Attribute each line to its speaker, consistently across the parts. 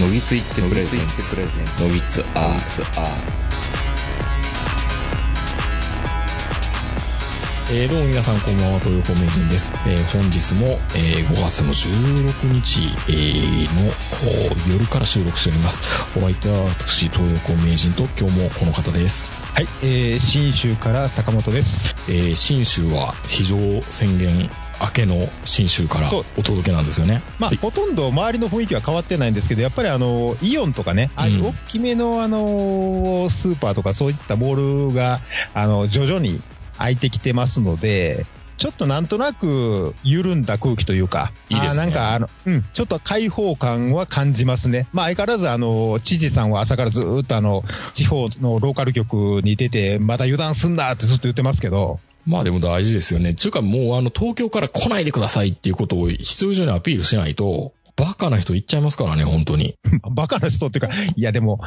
Speaker 1: のぎついってプレゼンツのぎつアー
Speaker 2: えー、どうも皆さんこんばんは、東横名人です。えー、本日も、えー、5月の16日、えーのお夜から収録しております。お相手は私、東横名人と今日もこの方です。
Speaker 3: はい、えー、新州から坂本です。
Speaker 2: えー、新州は非常宣言明けの新州から
Speaker 3: そう
Speaker 2: お届けなんですよね。
Speaker 3: まあ、
Speaker 2: はい
Speaker 3: ほとんど周りの雰囲気は変わってないんですけど、やっぱりあの、イオンとかね、ああいう
Speaker 2: うん
Speaker 3: 大きめのあの、スーパーとかそういったモールが、あの、徐々に開いてきてますので、ちょっとなんとなく緩んだ空気というか、
Speaker 2: いいですね
Speaker 3: あーなんかあの、うん、ちょっと開放感は感じますね。まあ相変わらずあの、知事さんは朝からずーっとあの、地方のローカル局に出て、まだ油断すんなってずっと言ってますけど、
Speaker 2: まあでも大事ですよね。ちゅうかもうあの東京から来ないでくださいっていうことを必要以上にアピールしないと、バカな人言っちゃいますからね、本当に。
Speaker 3: バカな人っていうか、いやでも、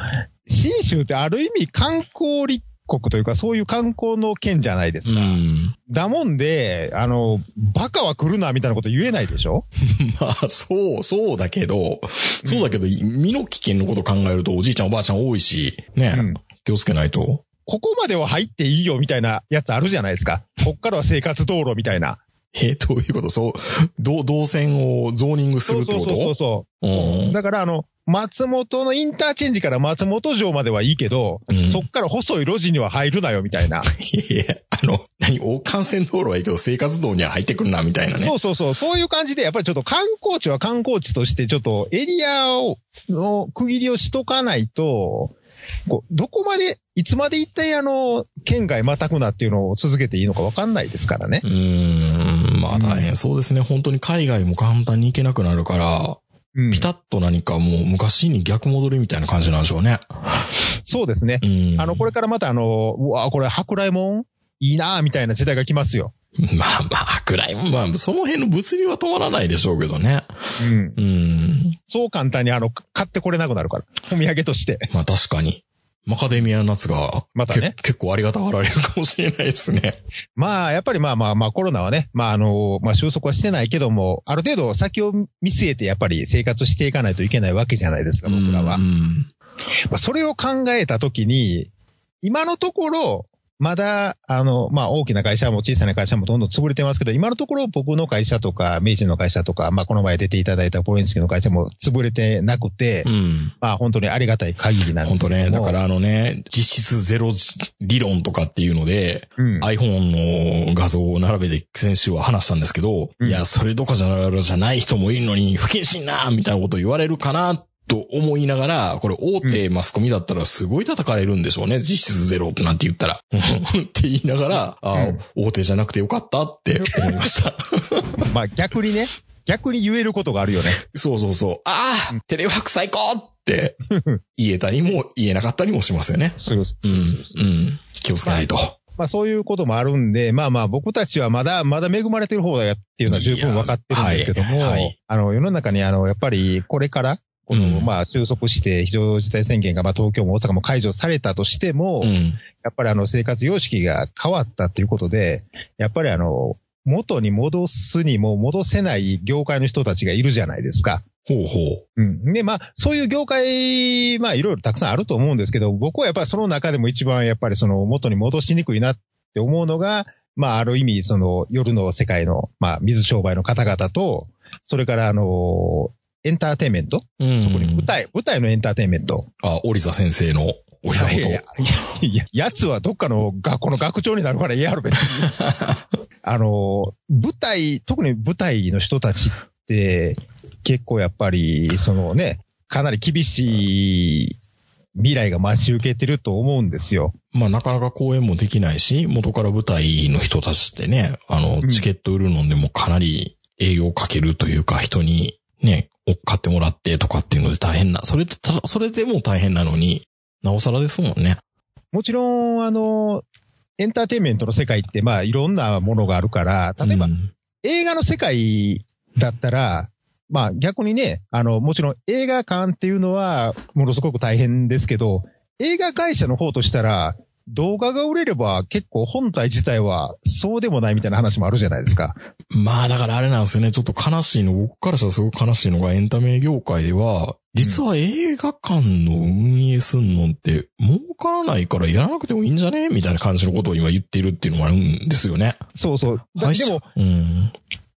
Speaker 3: 信州ってある意味観光立国というか、そういう観光の県じゃないですか。
Speaker 2: ん。
Speaker 3: だもんで、あの、バカは来るなみたいなこと言えないでしょ
Speaker 2: まあ、そう、そうだけど、そうだけど、身の危険のこと考えると、おじいちゃんおばあちゃん多いし、ね、
Speaker 3: うん
Speaker 2: 気をつけないと。
Speaker 3: ここまでは入っていいよみたいなやつあるじゃないですか。こっからは生活道路みたいな。
Speaker 2: え、どういうことそう、ど動線をゾーニングす
Speaker 3: そ
Speaker 2: る
Speaker 3: う
Speaker 2: って
Speaker 3: そう
Speaker 2: こと
Speaker 3: そうそうそうう。
Speaker 2: ん。
Speaker 3: だからあの、松本のインターチェンジから松本城まではいいけど、
Speaker 2: うん
Speaker 3: そっから細い路地には入るなよみたいな。
Speaker 2: いやいや、あの、何、お幹線道路はいいけど、生活道には入ってくるな、みたいなね。
Speaker 3: そうそうそう、そういう感じで、やっぱりちょっと観光地は観光地として、ちょっとエリアを、の区切りをしとかないと、こうどこまで、いつまで一体あの、県外またくなっていうのを続けていいのかわかんないですからね。
Speaker 2: うーん、まあ大変そうですね。本当に海外も簡単に行けなくなるから、
Speaker 3: うん
Speaker 2: ピ。タッと何かもう昔に逆戻りみたいな感じなんでしょうね。
Speaker 3: そうですね
Speaker 2: う。ん。
Speaker 3: あの、これからまたあの、うわこれ、舶来もんいいなぁみたいな時代が来ますよ。
Speaker 2: まあまあ、くらい、まあ、その辺の物流は止まらないでしょうけどね。
Speaker 3: うん。
Speaker 2: うん。
Speaker 3: そう簡単にあの、買ってこれなくなるから。お土産として。
Speaker 2: まあ確かに。マカデミアナッツが、
Speaker 3: またね
Speaker 2: け結構ありがたがられるかもしれないですね。
Speaker 3: まあ、やっぱりまあまあまあコロナはね、まああの、まあ収束はしてないけども、ある程度先を見据えてやっぱり生活していかないといけないわけじゃないですか、 僕らは。
Speaker 2: う
Speaker 3: ま
Speaker 2: ん。
Speaker 3: あ、それを考えたときに、今のところ、まだ、あの、まあ大きな会社も小さな会社もどんどん潰れてますけど、今のところ僕の会社とか、明治の会社とか、まあこの前出ていただいたポレンスキーの会社も潰れてなくて、
Speaker 2: うん。
Speaker 3: まあ本当にありがたい限りなんで
Speaker 2: 本
Speaker 3: す
Speaker 2: 当
Speaker 3: けども。
Speaker 2: ね、だからあのね、実質ゼロ理論とかっていうので、
Speaker 3: うん、
Speaker 2: iPhone の画像を並べて先週は話したんですけど、
Speaker 3: うん
Speaker 2: いや、それどころじゃない人もいるのに不謹慎なみたいなこと言われるかなと思いながら、これ大手マスコミだったらすごい叩かれるんでしょうね。実質ゼロなんて言ったら。 って言いながら、あー大手じゃなくてよかったって思いま した。
Speaker 3: まあ逆にね、逆に言えることがあるよね。
Speaker 2: そうそうそう。あ
Speaker 3: う
Speaker 2: あテレワーク最高って言えたりも言えなかったりもしますよね。
Speaker 3: そうそ
Speaker 2: う。
Speaker 3: うそうん
Speaker 2: うん。気をつけないと。
Speaker 3: まあそういうこともあるんで、まあまあ僕たちはまだ、まだ恵まれてる方だよっていうのは十分分かってるんですけども、
Speaker 2: いやはいはい
Speaker 3: あの世の中にあの、やっぱりこれから、この、
Speaker 2: うん
Speaker 3: まあ収束して非常事態宣言がまあ東京も大阪も解除されたとしても、
Speaker 2: うん。
Speaker 3: やっぱりあの生活様式が変わったということで、やっぱりあの、元に戻すにも戻せない業界の人たちがいるじゃないですか。
Speaker 2: ほうほう。
Speaker 3: うん。で、まあ、そういう業界、まあ、いろいろたくさんあると思うんですけど、僕はやっぱりその中でも一番やっぱりその元に戻しにくいなって思うのが、まあ、ある意味、その夜の世界の、まあ、水商売の方々と、それから、あの、エンターテインメント
Speaker 2: うん。
Speaker 3: 特に舞台、舞台のエンターテインメント。
Speaker 2: あ、オリザ先生の、オリザこ
Speaker 3: いやいやいや、やつはどっかの学校の学長になるからええやろ、別に。あの、舞台、特に舞台の人たちって、結構やっぱり、そのね、かなり厳しい未来が待ち受けてると思うんですよ。
Speaker 2: まあなかなか公演もできないし、元から舞台の人たちってね、あの
Speaker 3: う、ん
Speaker 2: チケット売るのでもかなり営業をかけるというか、人にね、お買ってもらってとかっていうので大変な、それってただ、それでも大変なのに、なおさらですもんね。
Speaker 3: もちろん、あの、エンターテインメントの世界って、まあ、いろんなものがあるから、例えば
Speaker 2: う、ん
Speaker 3: 映画の世界だったら、まあ逆にね、あの、もちろん映画館っていうのはものすごく大変ですけど、映画会社の方としたら、動画が売れれば結構本体自体はそうでもないみたいな話もあるじゃないですか。
Speaker 2: まあだからあれなんですよね。ちょっと悲しいの、僕からしたらすごく悲しいのがエンタメ業界では、実は映画館の運営すんのって儲からないからやらなくてもいいんじゃねみたいな感じのことを今言っているっていうのもあるんですよね。
Speaker 3: そうそう。だ
Speaker 2: 配
Speaker 3: で
Speaker 2: 信
Speaker 3: も、
Speaker 2: うん。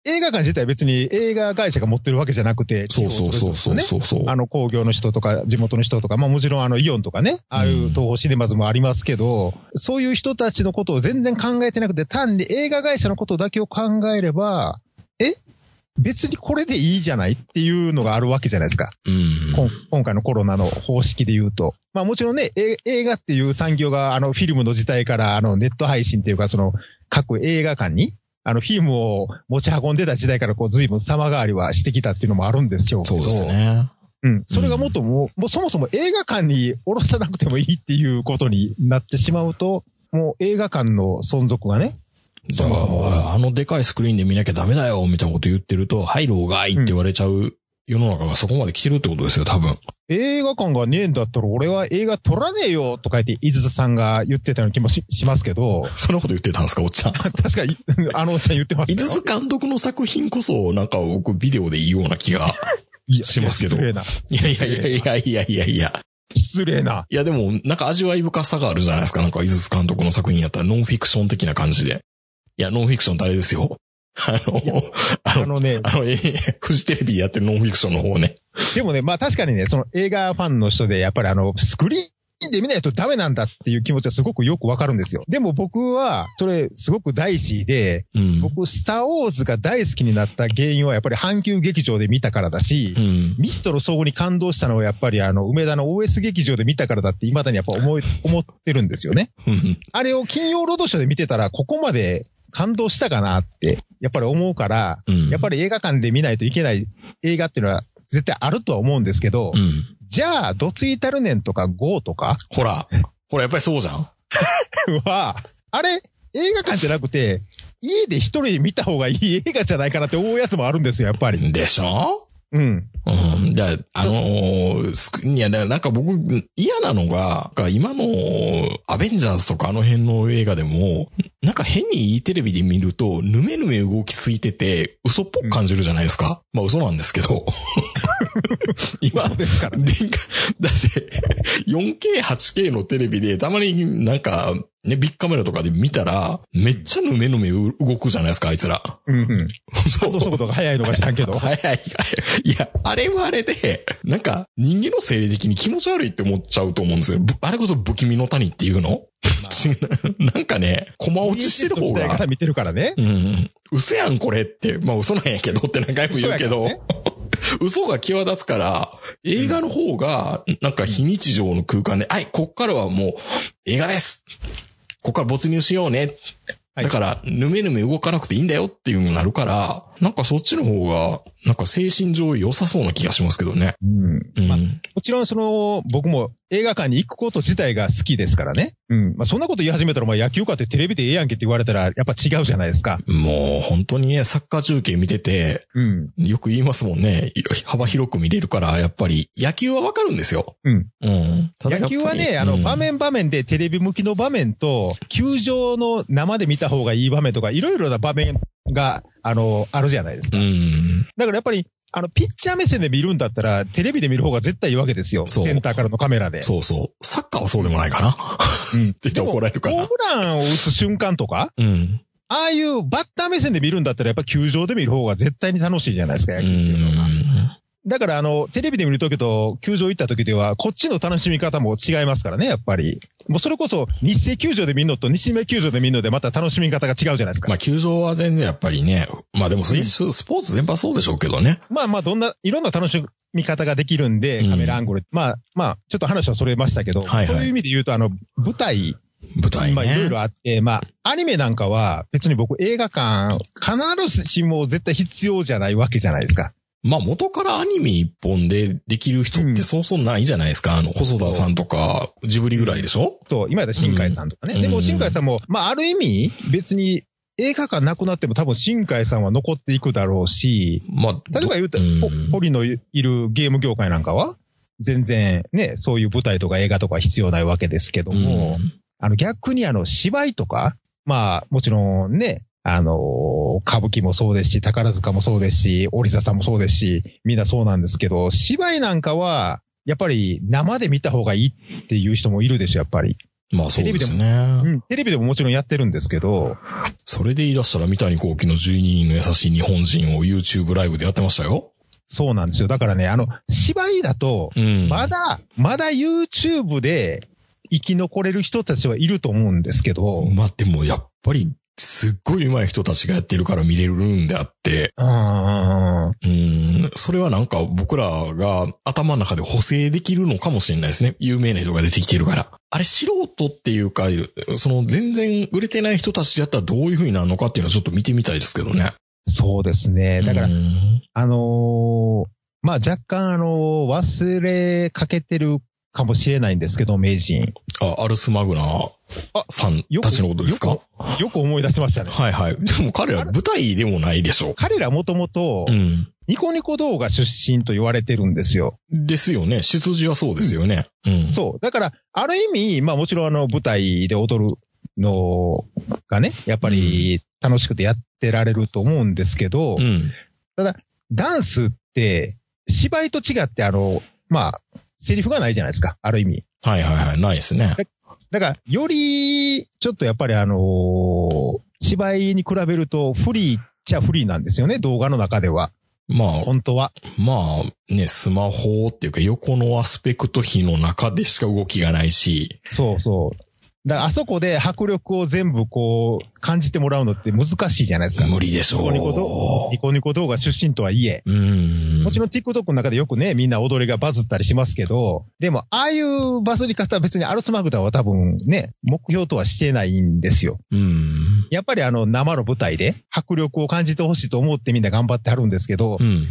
Speaker 3: 映画館自体別に映画会社が持ってるわけじゃなくて、
Speaker 2: そうそうそうそう
Speaker 3: ね。
Speaker 2: そうそう。
Speaker 3: あの工業の人とか地元の人とか、まあもちろんあのイオンとかね、ああいう東宝シネマズもありますけど、そういう人たちのことを全然考えてなくて、単に映画会社のことだけを考えれば、え別にこれでいいじゃないっていうのがあるわけじゃないですか。
Speaker 2: うん。
Speaker 3: こん今回のコロナの方式で言うと。まあもちろんね、え映画っていう産業があのフィルムの時代からあのネット配信っていうかその各映画館にあのフィルムを持ち運んでた時代からこう随分様変わりはしてきたっていうのもあるんですけど。
Speaker 2: そうです。ね。
Speaker 3: うん。それがもっともう、もうそもそも映画館に下ろさなくてもいいっていうことになってしまうと、もう映画館の存続がね。
Speaker 2: だ
Speaker 3: そ
Speaker 2: か
Speaker 3: も
Speaker 2: ら
Speaker 3: そもは
Speaker 2: あのでかいスクリーンで見なきゃダメだよ、みたいなこと言ってると、はい、老害って言われちゃう世の中がそこまで来てるってことですよ、多分。
Speaker 3: 映画館がねえんだったら俺は映画撮らねえよとか言って、伊豆さんが言ってたような気もししますけ ど、
Speaker 2: そんなこと言ってたんですか、おっちゃん。
Speaker 3: 確かに、あのおっちゃん言ってま
Speaker 2: 井
Speaker 3: したよ。
Speaker 2: 筒監督の作品こそ、なんか僕ビデオでいいような気が。
Speaker 3: いや
Speaker 2: しますけど
Speaker 3: 失礼な。
Speaker 2: いやいやいやいやいやいやいや。
Speaker 3: 失礼な。
Speaker 2: いやでも、なんか味わい深さがあるじゃないですか。なんか、井筒監督の作品やったらノンフィクション的な感じで。いや、ノンフィクションってあれですよ。 あの、あ
Speaker 3: あ
Speaker 2: の、
Speaker 3: のね、
Speaker 2: あの、えフジテレビでやってるノンフィクションの方ね。
Speaker 3: でもね、まあ確かにね、その映画ファンの人で、やっぱりあの、スクリーンで見ないとダメなんだっていう気持ちはすごくよくわかるんですよ。でも僕は、それすごく大事で、
Speaker 2: うん。
Speaker 3: 僕、スターウォーズが大好きになった原因はやっぱり阪急劇場で見たからだし
Speaker 2: う、ん。
Speaker 3: ミストの総合に感動したのはやっぱりあの、梅田の OS 劇場で見たからだって未だにやっぱ思い、思ってるんですよね。
Speaker 2: うん。
Speaker 3: あれを金曜ロードショーで見てたら、ここまで感動したかなって、やっぱり思うから、
Speaker 2: うん。
Speaker 3: やっぱり映画館で見ないといけない映画っていうのは絶対あるとは思うんですけど、
Speaker 2: うん。
Speaker 3: じゃあ、どついたるねんとか GO とか
Speaker 2: ほら、ほら、やっぱりそうじゃん。
Speaker 3: は、あれ、映画館じゃなくて、家で一人で見た方がいい映画じゃないかなって思うやつもあるんですよ、やっぱり。
Speaker 2: でしょ
Speaker 3: うん。
Speaker 2: うん。だあのーすくいや、だなんか僕、嫌なのが、なんか今の、アベンジャーズとかあの辺の映画でも、なんか変にいいテレビで見ると、ぬめぬめ動きすぎてて、嘘っぽく感じるじゃないですか。まあ嘘なんですけど。今、
Speaker 3: そうですからね。
Speaker 2: でだって、4K、8K のテレビで、たまになんか、ね、ビッグカメラとかで見たら、めっちゃぬめぬめ動くじゃないですか、あいつら。
Speaker 3: うんうん。
Speaker 2: そ
Speaker 3: どうすることが早いのか知らんけ ど。
Speaker 2: 早い早い。 いや、あれはあれで、なんか人間の生理的に気持ち悪いって思っちゃうと思うんですよ。ぶあれこそ不気味の谷っていうの、違う なんかね、駒落ちしてる方
Speaker 3: 時代か
Speaker 2: が
Speaker 3: ら、見てるからね。
Speaker 2: うん、嘘やんこれって、まあ嘘なんやけどって何回も言うけど、
Speaker 3: 嘘や
Speaker 2: 嘘が際立つから、映画の方が、なんか非日常の空間で、はい、こっからはもう映画ですこっから没入しようね
Speaker 3: はい
Speaker 2: だから、ぬめぬめ動かなくていいんだよっていうのになるから、なんかそっちの方が、なんか精神上良さそうな気がしますけどね。
Speaker 3: うん。
Speaker 2: うん。
Speaker 3: まあもちろん、その、僕も映画館に行くこと自体が好きですからね。うん。まあ、そんなこと言い始めたら、まあ、野球かってテレビでええやんけって言われたら、やっぱ違うじゃないですか。
Speaker 2: もう本当にね、サッカー中継見てて、
Speaker 3: うん。
Speaker 2: よく言いますもんね。幅広く見れるから、やっぱり野球はわかるんですよ。
Speaker 3: うん。
Speaker 2: うん。ただや
Speaker 3: 野
Speaker 2: っぱり
Speaker 3: 球はね、あの、場、面場面でテレビ向きの場面と、球場の生で見た方がいい場面とか、いろいろな場面が、あの、あるじゃないです
Speaker 2: う
Speaker 3: か。
Speaker 2: んうん。
Speaker 3: だからやっぱり、あの、ピッチャー目線で見るんだったら、テレビで見る方が絶対いいわけですよ。
Speaker 2: そう
Speaker 3: センターからのカメラで。
Speaker 2: そうそう。サッカーはそうでもないかな。
Speaker 3: うん
Speaker 2: って言って怒られるか
Speaker 3: ホ
Speaker 2: な
Speaker 3: ーム。ランを打つ瞬間とか、
Speaker 2: うん。
Speaker 3: ああいうバッター目線で見るんだったら、やっぱ球場で見る方が絶対に楽しいじゃないですか、
Speaker 2: う
Speaker 3: 野球っていうのが。
Speaker 2: ん。
Speaker 3: だから、あの、テレビで見るときと、球場行ったときでは、こっちの楽しみ方も違いますからね、やっぱり。もうそれこそ、日生球場で見るのと、西宮球場で見るので、また楽しみ方が違うじゃないですか。
Speaker 2: まあ、球場は全然やっぱりね、まあでもそういうスポーツ全般そうでしょうけどね。
Speaker 3: まあまあ、どんな、いろんな楽しみ方ができるんで
Speaker 2: う、ん
Speaker 3: カメラアングル。まあまあ、ちょっと話はそれましたけど、
Speaker 2: はいはい
Speaker 3: そういう意味で言うと、あの、舞台、
Speaker 2: 舞台ね。
Speaker 3: まあいろいろあって、まあ、アニメなんかは、別に僕映画館、必ずしも絶対必要じゃないわけじゃないですか。
Speaker 2: まあ元からアニメ一本でできる人っ
Speaker 3: う
Speaker 2: て
Speaker 3: ん
Speaker 2: そうそうないじゃないですか。あの、細田さんとか、ジブリぐらいでしょ
Speaker 3: そう、今やったら新海さんとかね。
Speaker 2: うん
Speaker 3: で
Speaker 2: う
Speaker 3: も
Speaker 2: ん
Speaker 3: 新海さんも、まあある意味、別に映画館なくなっても多分新海さんは残っていくだろうし、
Speaker 2: まあ、
Speaker 3: 例えば言うた
Speaker 2: ど
Speaker 3: ら、
Speaker 2: うん
Speaker 3: ポポリのいるゲーム業界なんかは、全然ね、そういう舞台とか映画とか必要ないわけですけど
Speaker 2: うん
Speaker 3: も、あの逆にあの芝居とか、まあもちろんね、あの、歌舞伎もそうですし、宝塚もそうですし、織田さんもそうですし、みんなそうなんですけど、芝居なんかは、やっぱり生で見た方がいいっていう人もいるでしょ、やっぱり。
Speaker 2: まあそうです
Speaker 3: う
Speaker 2: ね。
Speaker 3: ん、テレビでももちろんやってるんですけど、
Speaker 2: それで言い出したら三谷幸喜の12人の優しい日本人を YouTube ライブでやってましたよ。
Speaker 3: そうなんですよ。だからね、あの、芝居だと、
Speaker 2: うん。
Speaker 3: まだ、まだ YouTube で生き残れる人たちはいると思うんですけど、
Speaker 2: まあでもやっぱり、すっごい上手い人たちがやってるから見れるんであって、
Speaker 3: うん
Speaker 2: うん、それはなんか僕らが頭の中で補正できるのかもしれないですね。有名な人が出てきてるから。あれ素人っていうか、その全然売れてない人たちだったらどういう風になるのかっていうのはちょっと見てみたいですけどね。
Speaker 3: そうですね。だから、
Speaker 2: うん
Speaker 3: あのーまあ、若干あのー忘れかけてるかもしれないんですけど、名人。
Speaker 2: あ、アルスマグナさん
Speaker 3: よく
Speaker 2: たちのことですか
Speaker 3: よよく思い出しましたね。
Speaker 2: はいはい。でも彼ら舞台でもないでしょ
Speaker 3: 彼らもともと
Speaker 2: う。う、ん。
Speaker 3: ニコニコ動画出身と言われてるんですよ。
Speaker 2: ですよね。出自はそうですよね。うん。
Speaker 3: そう。だから、ある意味、まあもちろんあの、舞台で踊るのがね、やっぱり楽しくてやってられると思うんですけど、
Speaker 2: うん。
Speaker 3: ダンスって、芝居と違って、あの、まあ、セリフがないじゃないですか、ある意味。
Speaker 2: はいはいはい。ないですね。
Speaker 3: だから、より、ちょっとやっぱりあのー芝居に比べると不利っちゃ不利なんですよね、動画の中では。
Speaker 2: まあ、
Speaker 3: 本当は。
Speaker 2: まあね、スマホっていうか横のアスペクト比の中でしか動きがないし、
Speaker 3: そうそう。だから、あそこで迫力を全部こう、感じてもらうのって難しいじゃないですか。
Speaker 2: 無理でしょ
Speaker 3: ニコニコ動
Speaker 2: う
Speaker 3: ニ。コニコ動画出身とはいえ。
Speaker 2: うん。
Speaker 3: もちろん TikTok の中でよくね、みんな踊りがバズったりしますけど、でも、ああいうバズり方は別にアルスマグダは多分ね、目標とはしてないんですよ。
Speaker 2: うん。
Speaker 3: やっぱりあの生の舞台で迫力を感じてほしいと思ってみんな頑張ってはるんですけど、
Speaker 2: うん。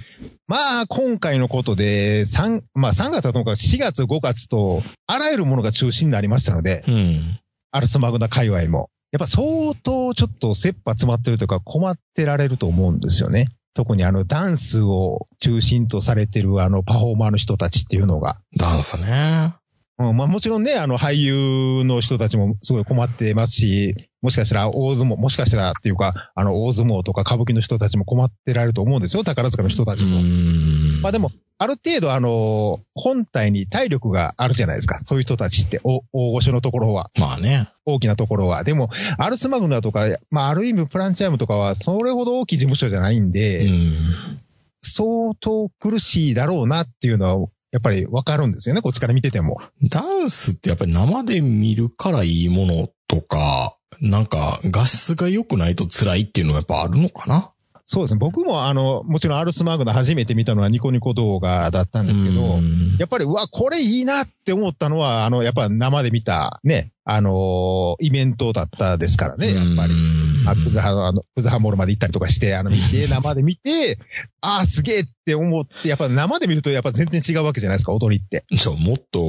Speaker 3: まあ今回のことで、3、まあ3月はともかく4月5月と、あらゆるものが中止になりましたので、
Speaker 2: うん。
Speaker 3: アルスマグダ界隈も。やっぱ相当ちょっと切羽詰まってるというか困ってられると思うんですよね。特にあのダンスを中心とされてるあのパフォーマーの人たちっていうのが。
Speaker 2: ダンスね。
Speaker 3: うん、まあもちろんね、あの俳優の人たちもすごい困ってますし、もしかしたら大相撲、もしかしたらっていうか、あの大相撲とか歌舞伎の人たちも困ってられると思うんですよ、宝塚の人た
Speaker 2: う
Speaker 3: ちも。
Speaker 2: ん。
Speaker 3: まあでも、ある程度あの、本体に体力があるじゃないですか。そういう人たちって、お大御所のところは。
Speaker 2: まあね。
Speaker 3: 大きなところは。でも、アルスマグナとか、まあ、ある意味プランチャイムとかは、それほど大きい事務所じゃないん
Speaker 2: う
Speaker 3: で、
Speaker 2: ん。
Speaker 3: 相当苦しいだろうなっていうのは、やっぱりわかるんですよね、こっちから見てても。
Speaker 2: ダンスってやっぱり生で見るからいいものとか、なんか画質が良くないと辛いっていうのはやっぱあるのかな
Speaker 3: そうですね。僕も、あの、もちろんアルスマグナ初めて見たのはニコニコ動画だったんですけど、
Speaker 2: うん
Speaker 3: やっぱり、うわ、これいいなって思ったのは、あの、やっぱ生で見た、ね、あのイベントだったですからね、やっぱり。
Speaker 2: うん
Speaker 3: あクズハの、あの、クズハモールまで行ったりとかして、あの、見 て、生で見て、ああ、すげえって思って、やっぱ生で見るとやっぱ全然違うわけじゃないですか、踊りって。
Speaker 2: じゃあ、もっと、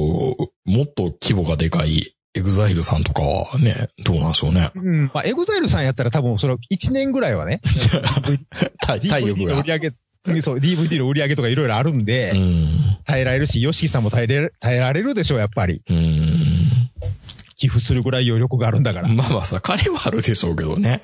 Speaker 2: もっと規模がでかい、エグザイルさんとかはね、どうなんでしょう ね。
Speaker 3: うん。まあ、エグザイルさんやったら多分それ1年ぐらいはね、
Speaker 2: 体体
Speaker 3: DVD
Speaker 2: 力
Speaker 3: の売
Speaker 2: が
Speaker 3: り。上げ、そう、DVD の売り上げとかいろいろあるんで
Speaker 2: う、ん。
Speaker 3: 耐えられるし、ヨシキさんも耐えれ、耐えられるでしょう、やっぱり。
Speaker 2: うん。
Speaker 3: 寄付するぐらい余力があるんだから。い
Speaker 2: まあまあさ、彼はあるでしょうけどね。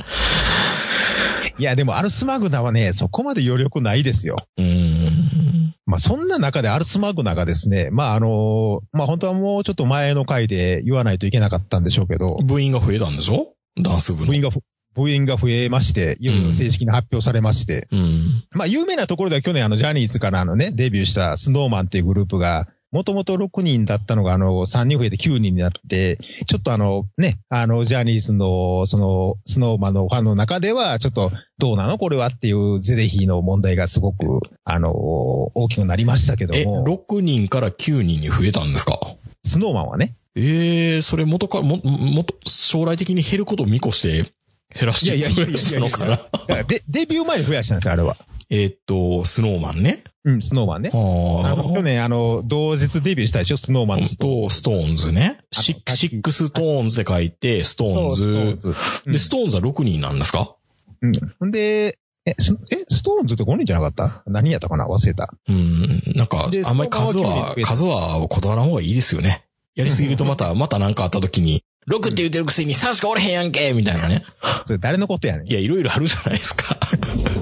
Speaker 3: や、でもアルスマグナはね、そこまで余力ないですよ。
Speaker 2: うん。
Speaker 3: まあ、そんな中でアルスマグナがですね、まあ、あの、まあ、本当はもうちょっと前の回で言わないといけなかったんでしょうけど、
Speaker 2: 部員が増えたんでしょダンス部の。
Speaker 3: 部員がふ、部員が増えまして、いよいよ正式に発表されまして、
Speaker 2: うん。
Speaker 3: まあ、有名なところでは去年、あの、ジャニーズからあのね、デビューしたスノーマンっていうグループが、もともと6人だったのが、あの、3人増えて9人になって、ちょっとあの、ね、あの、ジャニーズの、その、スノーマンのファンの中では、ちょっと、どうなのこれはっていう、ゼレヒーの問題がすごく、あの、大きくなりましたけど
Speaker 2: え、
Speaker 3: も、
Speaker 2: 6人から9人に増えたんですか
Speaker 3: スノーマンはね、
Speaker 2: ええそれ元か、も、もっと、将来的に減ることを見越して、減らし
Speaker 3: いや
Speaker 2: て
Speaker 3: いやいやいやいや
Speaker 2: したのかな。
Speaker 3: だからで、デビュー前に増やしたんですよ、あれは。
Speaker 2: えーっと、スノーマンね。
Speaker 3: うん、スノーマンね。
Speaker 2: は
Speaker 3: あの去年、あの、同日デビューしたでしょ、スノーマンとストーンズ
Speaker 2: と、ストーンズね。
Speaker 3: あと
Speaker 2: シック
Speaker 3: 卓
Speaker 2: シ
Speaker 3: 球
Speaker 2: ックストーンズで書いて、ストーン
Speaker 3: そう
Speaker 2: ズ。
Speaker 3: ストーン
Speaker 2: で、
Speaker 3: ズ
Speaker 2: ストーンズは6人なんですか
Speaker 3: うんうん。で、え、スえストーンズって5人じゃなかった何やったかな忘れた。
Speaker 2: うん。なんか
Speaker 3: で、
Speaker 2: あんまり数
Speaker 3: ストーンズは
Speaker 2: は
Speaker 3: 9人増え、た
Speaker 2: 数はこだわらん方がいいですよね。やりすぎるとまた、またなんかあった時に、 6って言ってるくせに3しかおれへんやんけみたいなね。
Speaker 3: それ誰のことやねん
Speaker 2: い。や、いろいろあるじゃないですか。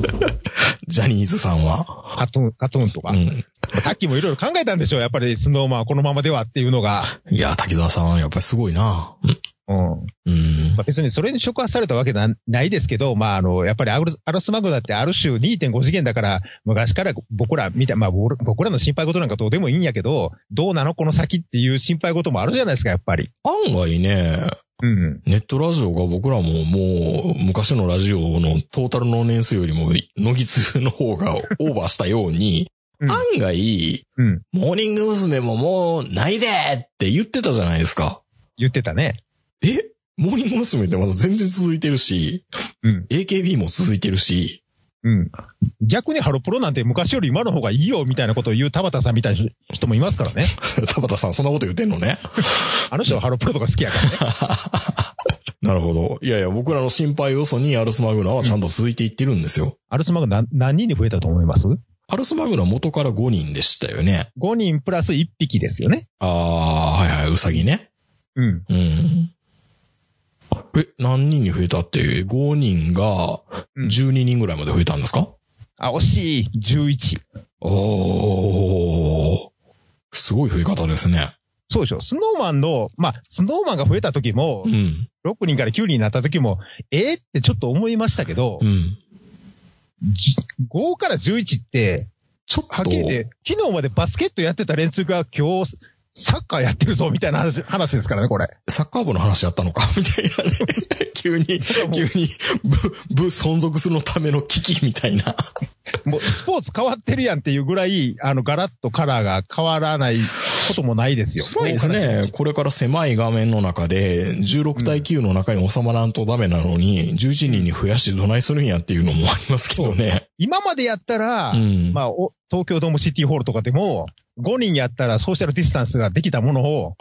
Speaker 2: ジャニーズさんは。
Speaker 3: カトゥーン、カトゥーンとか
Speaker 2: う。ん。
Speaker 3: さっきもいろいろ考えたんでしょうやっぱりスノーマンはこのままではっていうのが。
Speaker 2: いや、滝沢さん、やっぱりすごいな。
Speaker 3: うん。
Speaker 2: うん
Speaker 3: まあ、。別にそれに触発されたわけなないですけど、まあ、あの、やっぱりアルアルスマグナってある種2.5次元だから、昔から僕ら見た、まあ、僕ら僕らの心配事なんかどうでもいいんやけど、どうなのこの先っていう心配事もあるじゃないですか、やっぱり。
Speaker 2: 案外ね、
Speaker 3: うん。
Speaker 2: ネットラジオが僕らももう昔のラジオのトータルの年数よりも、乃木通の方がオーバーしたように、
Speaker 3: うん
Speaker 2: 案外、
Speaker 3: うん。
Speaker 2: モーニング娘。ももうないでって言ってたじゃないですか。
Speaker 3: 言ってたね。
Speaker 2: えモーニング娘。ってまだ全然続いてるし、
Speaker 3: うん。
Speaker 2: AKB も続いてるし、
Speaker 3: うん。逆にハロプロなんて昔より今の方がいいよみたいなことを言う田畑さんみたいな人もいますからね。
Speaker 2: 田畑さんそんなこと言ってんのね。
Speaker 3: あの人はハロプロとか好き やからね。
Speaker 2: なるほど。いやいや、僕らの心配要素にアルスマグナはちゃんと続いていってるんですよ。
Speaker 3: アルスマグナ何人に増えたと思います
Speaker 2: アルスマグナ元から5人でしたよね。
Speaker 3: ?5 人プラス1匹ですよね。
Speaker 2: あー、はいはい、うさぎね。
Speaker 3: うん。
Speaker 2: うん。え、何人に増えたって、5人が
Speaker 3: うん
Speaker 2: 12人ぐらいまで増えたんですか、
Speaker 3: あ、惜しい !11。
Speaker 2: おー。すごい増え方ですね。
Speaker 3: そうでしょ。スノーマンの、まあ、スノーマンが増えた時も
Speaker 2: う、ん。
Speaker 3: 6人から9人になった時も、えー、ってちょっと思いましたけど
Speaker 2: う、ん。
Speaker 3: じ5から11って、
Speaker 2: ちょっと。
Speaker 3: はっきり言って、昨日までバスケットやってた連中が今日、サッカーやってるぞみたいな話話ですからね、 これ。
Speaker 2: サッカー部の話やったのかみ たいなね。急に、急に、部、部存続するのための危機みたいな。
Speaker 3: もうスポーツ変わってるやんっていうぐらい、あの、ガラッとカラーが変わらないこともないですよ。
Speaker 2: そうですね。これから狭い画面の中で、16対9の中に収まらんとダメなのに、11人に増やしてどないするんやっていうのもありますけどね。
Speaker 3: 今までやったら、
Speaker 2: うん。
Speaker 3: まあ、お東京ドームシティホールとかでも、5人やったらソーシャルディスタンスができたものを、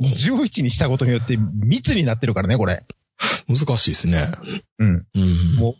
Speaker 3: 11にしたことによって密になってるからね、これ。
Speaker 2: 難しいですね。
Speaker 3: うん。
Speaker 2: うん。
Speaker 3: も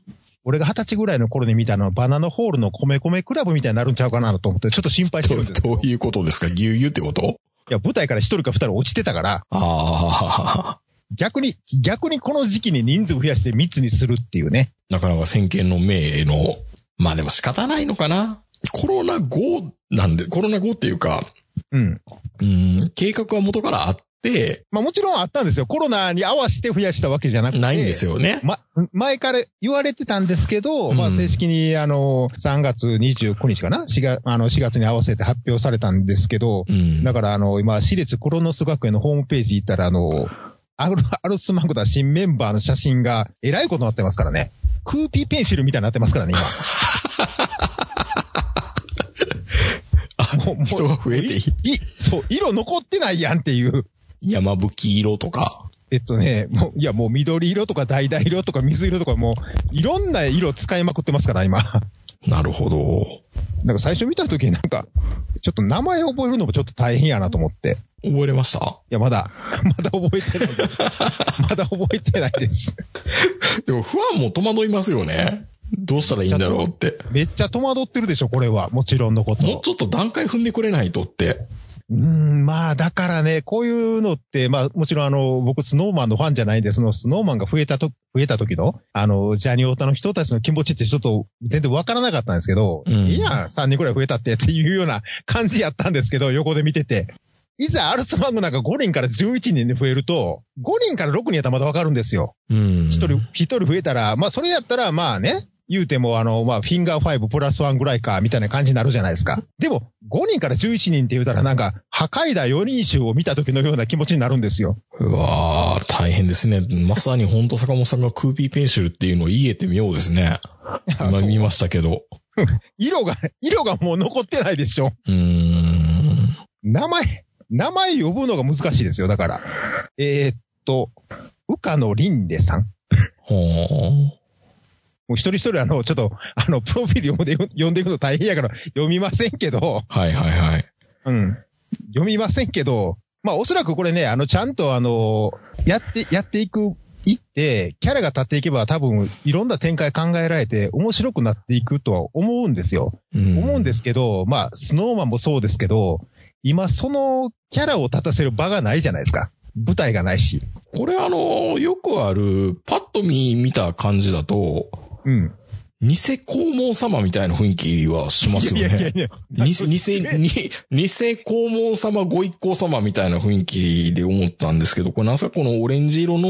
Speaker 3: 俺が二十歳ぐらいの頃に見たあの、バナナホールの米米クラブみたいになるんちゃうかなと思って、ちょっと心配して
Speaker 2: ど
Speaker 3: るんですけ
Speaker 2: ど
Speaker 3: ど
Speaker 2: ういうことですかぎゅうぎゅうってこと
Speaker 3: いや、舞台から一人か二人落ちてたから、
Speaker 2: ああ。
Speaker 3: 逆に、逆にこの時期に人数増やして密にするっていうね。
Speaker 2: なかなか先見の明の、まあでも仕方ないのかな。コロナ後なんで、コロナ後っていうか、
Speaker 3: うん。
Speaker 2: うん、計画は元からあって、
Speaker 3: まあもちろんあったんですよ。コロナに合わせて増やしたわけじゃなくて。
Speaker 2: ないんですよね。
Speaker 3: ま、前から言われてたんですけど、
Speaker 2: うん
Speaker 3: まあ正式にあの、3月29日かな ?4 月、あの、4月に合わせて発表されたんですけど、
Speaker 2: うん。
Speaker 3: だからあの、今、私立クロノス学園のホームページ行ったら、あの、アル、アルスマグダ新メンバーの写真が、えらいことになってますからね。クーピーペンシルみたいになってますからね、
Speaker 2: あ
Speaker 3: 今。もうもう
Speaker 2: 人が増えていい
Speaker 3: いそう、色残ってないやんっていう。
Speaker 2: 山吹色とか。
Speaker 3: えっとね、もう、いやもう緑色とか橙色とか水色とかもう、いろんな色使いまくってますから、今。
Speaker 2: なるほど。
Speaker 3: なんか最初見た時になんか、ちょっと名前覚えるのもちょっと大変やなと思って。
Speaker 2: 覚えれました
Speaker 3: いや、まだ、 まだ覚えてないです。 まだ覚えてないです。
Speaker 2: でも不安も戸惑いますよね。どうしたらいいんだろうって。
Speaker 3: めっちゃ戸惑ってるでしょ、これは。もちろんのこ
Speaker 2: もう
Speaker 3: と。
Speaker 2: ちょっと段階踏んでくれないとって。
Speaker 3: うーん、まあ、だからね、こういうのって、まあ、もちろんあの、僕、スノーマンのファンじゃないんで、その、スノーマンが増えたと、増えた時の、あの、ジャニオタの人たちの気持ちってちょっと、全然わからなかったんですけど、
Speaker 2: うん
Speaker 3: いいやん、3人くらい増えたって、っていうような 感じやったんですけど、横で見てて。いざ、アルツマグなんか5人から11人に増えると、5人から6人やったらまだわかるんですよ。
Speaker 2: うん。
Speaker 3: 一人、一人増えたら、まあ、それやったら、まあね、言うても、あの、まあ、フィンガー5プラスワンぐらいか、みたいな感じになるじゃないですか。でも、5人から11人って言うたら、なんか、破壊だ4人衆を見た時のような気持ちになるんですよ。
Speaker 2: うわー、大変ですね。まさに本当坂本さんがクーピーペンシルっていうのを言えてみようです ね。今見ましたけど。
Speaker 3: 色が、色がもう残ってないでしょ。
Speaker 2: うーん。
Speaker 3: 名前、名前呼ぶのが難しいですよ、だから。えー、っと、岡野凛でさん。
Speaker 2: ほー。
Speaker 3: もう一人一人あの、ちょっと、あの、プロフィール読んで、読んでいくの大変やから読みませんけど、
Speaker 2: はいはいはい。。
Speaker 3: うん。読みませんけど、まあおそらくこれね、あの、ちゃんとあの、やって、やっていく、いって、キャラが立っていけば多分、いろんな展開考えられて、面白くなっていくとは思うんですよ。思うんですすけど、まあ、スノーマンもそうですけど、今そのキャラを立たせる場がないじゃないですか。舞台がないし。
Speaker 2: これあの、よくある、パッと見見た感じだと、
Speaker 3: うん。
Speaker 2: 偽黄門様みたいな雰囲気はしますよね。
Speaker 3: いや。
Speaker 2: 偽、偽、に偽黄門様ご一行様みたいな雰囲気で思ったんですけど、これなんすかこのオレンジ色の、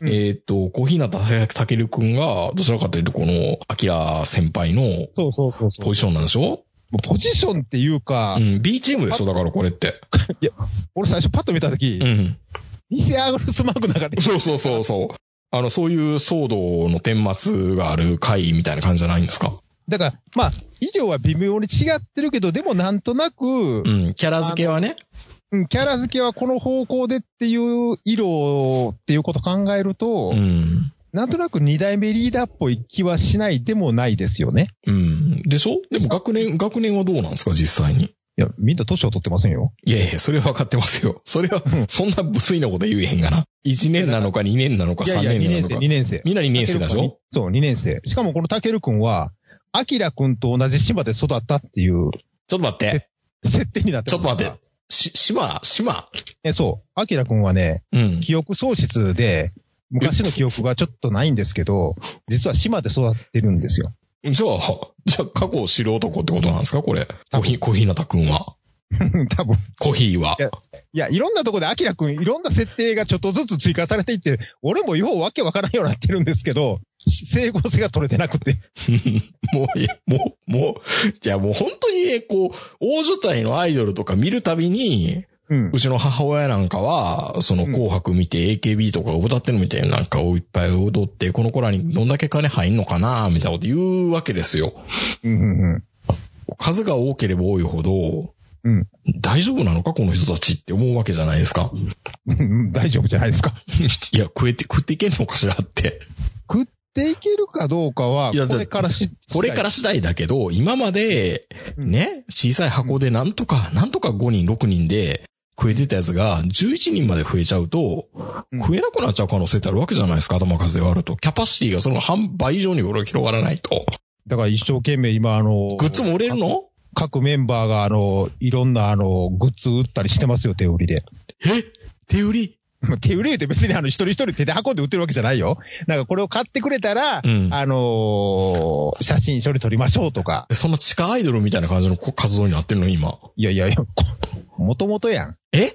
Speaker 3: うん
Speaker 2: えっ、と、小日向たけるくんが、どちらかというとこの、アキラ先輩の
Speaker 3: そうそうそうそう。
Speaker 2: ポジションなんでしょ
Speaker 3: もうポジションっていうか、
Speaker 2: うん、B チームでしょだからこれって。
Speaker 3: 俺最初パッと見たとき
Speaker 2: う、ん。
Speaker 3: 偽アグルスマークなんかで、
Speaker 2: そうそうそうそう。あの、そういう騒動の顛末がある回みたいな感じじゃないんですか
Speaker 3: だから、まあ、医療は微妙に違ってるけど、でもなんとなく
Speaker 2: う、ん、キャラ付けはね。
Speaker 3: うんキャラ付けはこの方向でっていう色っていうこと考えると、
Speaker 2: うん。
Speaker 3: なんとなく二代目リーダーっぽい気はしないでもないですよね。
Speaker 2: うん。でしょでも学年、学年はどうなんですか実際に。
Speaker 3: いや、みんな年を取ってませんよ。
Speaker 2: いやいや、それは分かってますよ。それは、そんな無粋なこと言えへんがな。1年なのか2年なのか
Speaker 3: い
Speaker 2: 3
Speaker 3: やいや、2
Speaker 2: 年な
Speaker 3: 年
Speaker 2: の
Speaker 3: 生、
Speaker 2: か。
Speaker 3: 2年生。
Speaker 2: みんな2年生だでしょ
Speaker 3: そう、2年生。しかもこのタケル君は、アキラ君と同じ島で育ったっていう
Speaker 2: ちょっと待って。
Speaker 3: 設定になって
Speaker 2: ちょっと待っ。
Speaker 3: って
Speaker 2: し、島、島。
Speaker 3: て。え、そう。アキラ君はね、
Speaker 2: うん。
Speaker 3: 記憶喪失で、昔の記憶がちょっとないんですけど、実は島で育ってるんですよ。
Speaker 2: じゃあ、じゃあ、過去を知る男ってことなんですかこれ。コ
Speaker 3: 多分
Speaker 2: ヒ、コヒーなたくんは。
Speaker 3: 多分。
Speaker 2: コヒーは。
Speaker 3: いやいや、いろんなとこでアキラ君、いろんな設定がちょっとずつ追加されていって、俺もようわけわからんようになってるんですけど、整合性が取れてなくて。
Speaker 2: もう、いやもう、もう、じゃあもう本当にね、こう、大所帯のアイドルとか見るたびに、
Speaker 3: うん
Speaker 2: う。ちの母親なんかは、その
Speaker 3: うん
Speaker 2: 紅白見て AKB とか歌ってるみたいななんかをいっぱい踊って、この子らにどんだけ金入んのかなみたいなこと言うわけですよ。
Speaker 3: うんうんうん。
Speaker 2: 数が多ければ多いほど、
Speaker 3: うん
Speaker 2: 大丈夫なのかこの人たちって思うわけじゃないですか。
Speaker 3: うんうん大丈夫じゃないですか。
Speaker 2: いや、食えて、食っていけんのかしらって。
Speaker 3: 食っていけるかどうかは、
Speaker 2: いやだ
Speaker 3: これからし、
Speaker 2: これから次第だけど、今まで、
Speaker 3: うん
Speaker 2: ね、小さい箱でなんとか、なんとか5人、6人で食えてたやつが、11人まで増えちゃうと、
Speaker 3: うん
Speaker 2: 食えなくなっちゃう可能性ってあるわけじゃないですか、頭数で割ると。キャパシティがその半倍以上にこれ広がらないと。
Speaker 3: だから一生懸命今、あの、
Speaker 2: グッズも売れるの
Speaker 3: 各メンバーが、あの、いろんな、あの、グッズ売ったりしてますよ、手売りで。
Speaker 2: え手売り
Speaker 3: 手売りって別に、あの、一人一人手で運んで売ってるわけじゃないよ。なんかこれを買ってくれたら、
Speaker 2: うん
Speaker 3: あのー写真処理撮りましょうとか。
Speaker 2: その地下アイドルみたいな感じのこ活動になってるの、今。
Speaker 3: いやいやいや、 こもともとやん。
Speaker 2: え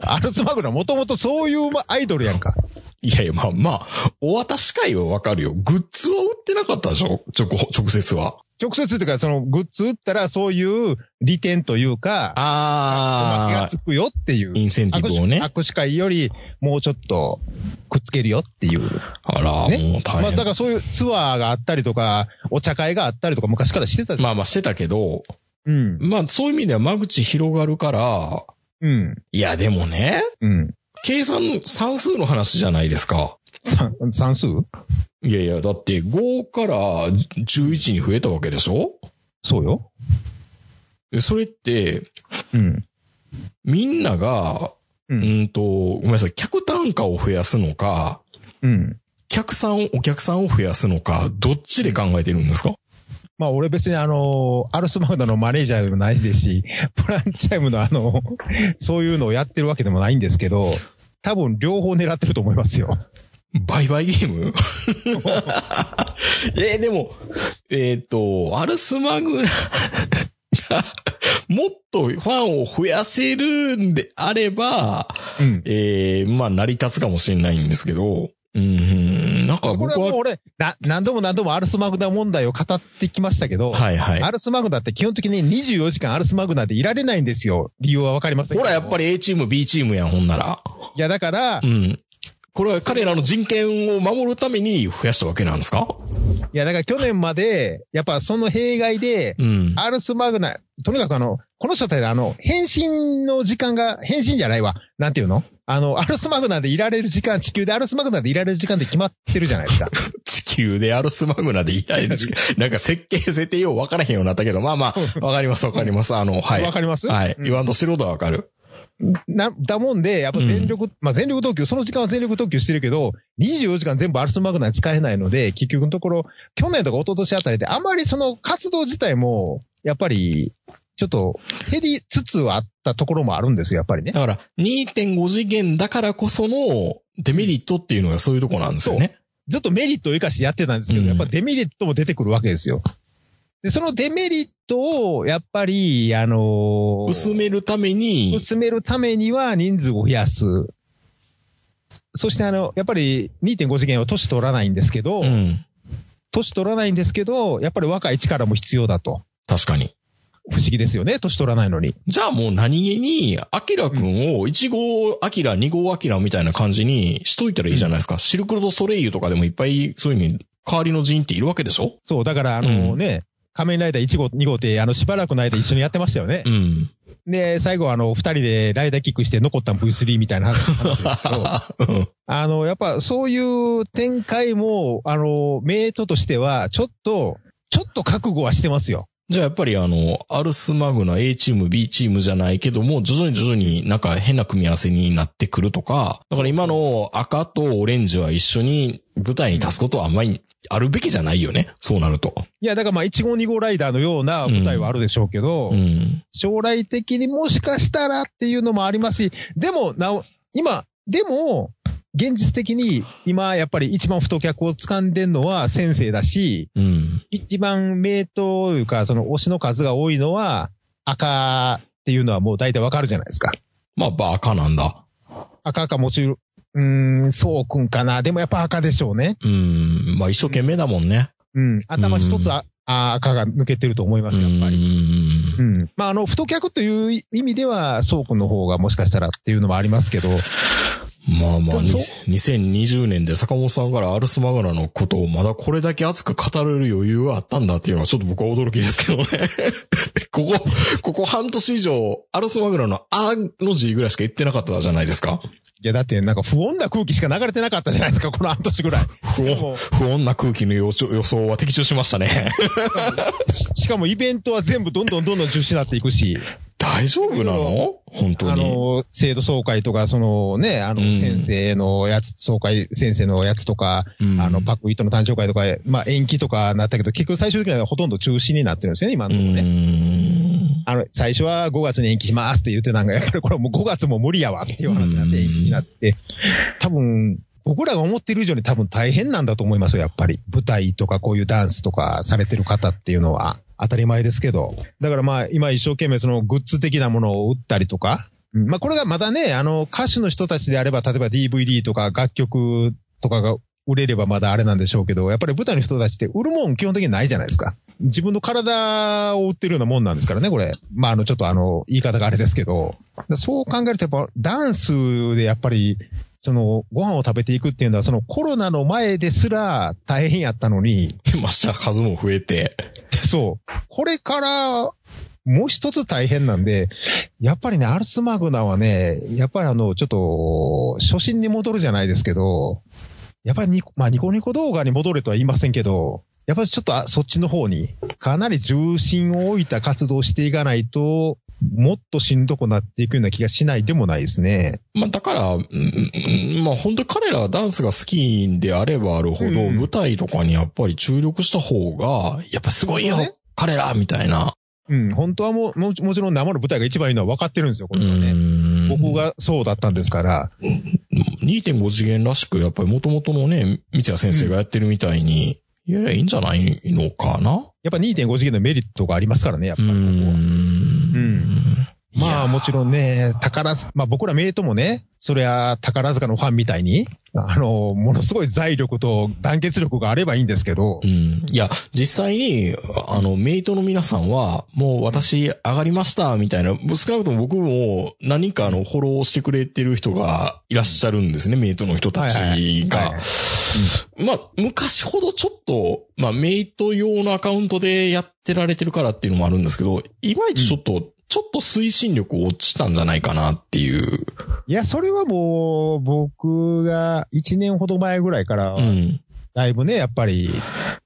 Speaker 3: アルツマグナもともとそういうまアイドルやんか。
Speaker 2: いやいや、まあまあ、お渡し会はわかるよ。グッズは売ってなかったでしょ直、直接は。
Speaker 3: 直接というか、そのグッズ売ったらそういう利点というか、おまけが
Speaker 2: あ
Speaker 3: つくよっていう。
Speaker 2: インセンティブをね。
Speaker 3: 握手握手会よりもうちょっとくっつけるよっていう。
Speaker 2: あら、
Speaker 3: ね
Speaker 2: もう大
Speaker 3: まあ
Speaker 2: 変
Speaker 3: だ。からそういうツアーがあったりとか、お茶会があったりとか昔からしてたじゃん。
Speaker 2: まあまあしてたけど、
Speaker 3: うん。
Speaker 2: まあそういう意味では間口広がるから、
Speaker 3: うん。
Speaker 2: いやでもね、
Speaker 3: うん。
Speaker 2: 計算算数の話じゃないですか。
Speaker 3: 算算数
Speaker 2: いやいや、だって5から11に増えたわけでしょ
Speaker 3: そうよ。
Speaker 2: でそれって、
Speaker 3: うん。
Speaker 2: みんなが、う
Speaker 3: うん
Speaker 2: んと、ごめんなさい、客単価を増やすのか、
Speaker 3: うん。
Speaker 2: 客さん、お客さんを増やすのか、どっちで考えてるんですか
Speaker 3: まあ俺別にあの、アルスマグナのマネージャーでもないですし、 プランチャイムのあの、そういうのをやってるわけでもないんですけど、多分両方狙ってると思いますよ。
Speaker 2: バイバイゲーム えー、でも、えっ、と、アルスマグナが、もっとファンを増やせるんであれば、
Speaker 3: うん。
Speaker 2: えー、まあ、成り立つかもしれないんですけど、うん、なんか
Speaker 3: これ
Speaker 2: 僕
Speaker 3: はもう
Speaker 2: は、
Speaker 3: 俺、な、何度も何度もアルスマグナ問題を語ってきましたけど、
Speaker 2: はいはい。
Speaker 3: アルスマグナって基本的に24時間アルスマグナでいられないんですよ。理由はわかりません
Speaker 2: ほら、やっぱ
Speaker 3: り。
Speaker 2: り A チーム、B チームやん、ほんなら。
Speaker 3: いや、だから
Speaker 2: う、ん。これは彼らの人権を守るために増やしたわけなんですか
Speaker 3: いや、だから去年まで、やっぱその弊害で、
Speaker 2: うん。
Speaker 3: アルスマグナ、とにかくあの、この人たちあの、返信の時間が、返信じゃないわ。なんていうのあの、アルスマグナでいられる時間、地球でアルスマグナでいられる時間って決まってるじゃないですか。
Speaker 2: 地球でアルスマグナでいられる時間。なんか設計、設定よう分からへんようになったけど、まあまあ、わかりますわかります。あの、 はい。
Speaker 3: わ、かります
Speaker 2: はい。
Speaker 3: うん
Speaker 2: 言わんと素人はわかる。
Speaker 3: な、だもんで、やっぱ全力、まあ全力投球、その時間は全力投球してるけど、24時間全部アルスマグナに使えないので、結局のところ、去年とか一昨年あたりで、あまりその活動自体も、やっぱり、ちょっと減りつつはあったところもあるんですよ、やっぱりね。
Speaker 2: だから、2.5次元だからこそのデメリットっていうのがそういうとこなんですよね。
Speaker 3: ずっとメリットを生かしてやってたんですけど、
Speaker 2: うん
Speaker 3: やっぱデメリットも出てくるわけですよ。で、そのデメリットを、やっぱり、あのー
Speaker 2: 薄めるために、
Speaker 3: 進めるためには人数を増やす。そしてあの、やっぱり2.5次元は年取らないんですけど、
Speaker 2: うん。
Speaker 3: 年取らないんですけど、やっぱり若い力も必要だと。
Speaker 2: 確かに。
Speaker 3: 不思議ですよね、年取らないのに。
Speaker 2: じゃあもう何気に、アキラくんを1号アキラ、2号アキラみたいな感じにしといたらいいじゃないですか。シルクロードソレイユとかでもいっぱいそういうふうに代わりの人っているわけでしょ
Speaker 3: そう、だからあの
Speaker 2: うん
Speaker 3: ね、仮面ライダー1号、2号って、あの、しばらくの間一緒にやってましたよね
Speaker 2: う。ん。
Speaker 3: で、最後あの、二人でライダーキックして残った V3 みたいな話話ですけど、
Speaker 2: うん
Speaker 3: あの、やっぱそういう展開も、あの、メイトとしては、ちょっと、ちょっと覚悟はしてますよ。
Speaker 2: じゃあやっぱりあの、アルスマグナ A チーム、B チームじゃないけども、徐々に徐々になんか変な組み合わせになってくるとか、だから今の赤とオレンジは一緒に舞台に立つことはあんまりあるべきじゃないよね。そうなると。
Speaker 3: いや、だからまあ、1号2号ライダーのような舞台はあるでしょうけど、
Speaker 2: うん。
Speaker 3: 将来的にもしかしたらっていうのもありますし、でも、なお、今、でも、現実的に今やっぱり一番太客を掴んでんのは先生だし、
Speaker 2: うん。
Speaker 3: 一番名というか、その推しの数が多いのは赤っていうのはもう大体わかるじゃないですか。
Speaker 2: まあ、バカなんだ。
Speaker 3: 赤かもちろん、うーん、そうくんかな。でもやっぱ赤でしょうね。
Speaker 2: うん。まあ、一生懸命だもんね。
Speaker 3: うん。頭一つあ、あ赤が抜けてると思います、やっぱり。
Speaker 2: り
Speaker 3: う。ん。まあ、あの、太客という意味では、そうくんの方がもしかしたらっていうのもありますけど、
Speaker 2: まあまあ、に
Speaker 3: そう
Speaker 2: 2020年で坂本さんからアルスマグナのことをまだこれだけ熱く語れる余裕があったんだっていうのはちょっと僕は驚きですけどね。 ここ、ここ半年以上、アルスマグナのあの字ぐらいしか言ってなかったじゃないですか。
Speaker 3: いや、だってなんか不穏な空気しか流れてなかったじゃないですか、この半年ぐらい。
Speaker 2: 不
Speaker 3: しか
Speaker 2: 穏、
Speaker 3: も
Speaker 2: 不穏な空気の予兆予想は的中しました ね。
Speaker 3: ししかもイベントは全部どんどんどんどん中止になっていくし、
Speaker 2: 大丈夫なの本当
Speaker 3: あ
Speaker 2: に。
Speaker 3: の、生徒総会とか、そのね、あの
Speaker 2: うん、
Speaker 3: 先生のやつ、総会、先生のやつとか、
Speaker 2: うん
Speaker 3: あの、パクイトの誕生会とか、まあ延期とかなったけど、結局最終的にはほとんど中止になってるんですよね、今の
Speaker 2: う
Speaker 3: ところね。
Speaker 2: ん。
Speaker 3: あの、最初は5月に延期しますって言ってたんが、やっぱりこれはもう5月も無理やわっていう話になって延期になって、多分、僕らが思ってる以上に多分大変なんだと思いますよ、やっぱり。舞台とかこういうダンスとかされてる方っていうのは当たり前ですけど。だからまあ今一生懸命そのグッズ的なものを売ったりとか。うんまあこれがまだね、あの歌手の人たちであれば、例えば DVD とか楽曲とかが売れればまだあれなんでしょうけど、やっぱり舞台の人たちって売るもん基本的にないじゃないですか。自分の体を売ってるようなもんなんですからね、これ。まあ、あの、ちょっとあの、言い方があれですけど。だからそう考えると、やっぱ、ダンスでやっぱり、その、ご飯を食べていくっていうのは、そのコロナの前ですら大変やったのに、
Speaker 2: まあ、した数も増えて。
Speaker 3: そう。これから、もう一つ大変なんで、やっぱりね、アルスマグナはね、やっぱりあの、ちょっと、初心に戻るじゃないですけど、やっぱりニコ、まあ、ニコニコ動画に戻れとは言いませんけど、やっぱりちょっとあそっちの方に、かなり重心を置いた活動をしていかないと、もっとしんどくなっていくような気がしないでもないですね。
Speaker 2: まあだから、うんうんまあ本当に彼らはダンスが好きであればあるほど、
Speaker 3: うん
Speaker 2: 舞台とかにやっぱり注力した方が、やっぱすごいよ、
Speaker 3: そうね
Speaker 2: 彼らみたいな。
Speaker 3: うん、本当はもう、もちもちろん生の舞台が一番いいのは分かってるんですよ、これはね。
Speaker 2: うん
Speaker 3: 僕がそうだったんですから。
Speaker 2: 2.5次元らしく、やっぱり元々のね、三谷先生がやってるみたいに、やりゃいいんじゃないのかな
Speaker 3: やっぱ2.5次元のメリットがありますからね、やっぱりここは。
Speaker 2: うん
Speaker 3: まあもちろんね、宝塚、まあ僕らメイトもね、そりゃ宝塚のファンみたいに、あの、ものすごい財力と団結力があればいいんですけど
Speaker 2: う、ん。いや、実際に、あの、メイトの皆さんは、もう私上がりました、みたいな、少なくとも僕も何かあのフォローしてくれてる人がいらっしゃるんですね、メイトの人たち
Speaker 3: はいはいはい
Speaker 2: が
Speaker 3: は。
Speaker 2: まあ、昔ほどちょっと、まあ、メイト用のアカウントでやってられてるからっていうのもあるんですけど、いまいちちょっと、ちょっと推進力落ちたんじゃないかなっていう。
Speaker 3: いや、それはもう僕が1年ほど前ぐらいから
Speaker 2: う、ん。
Speaker 3: だいぶね、やっぱり、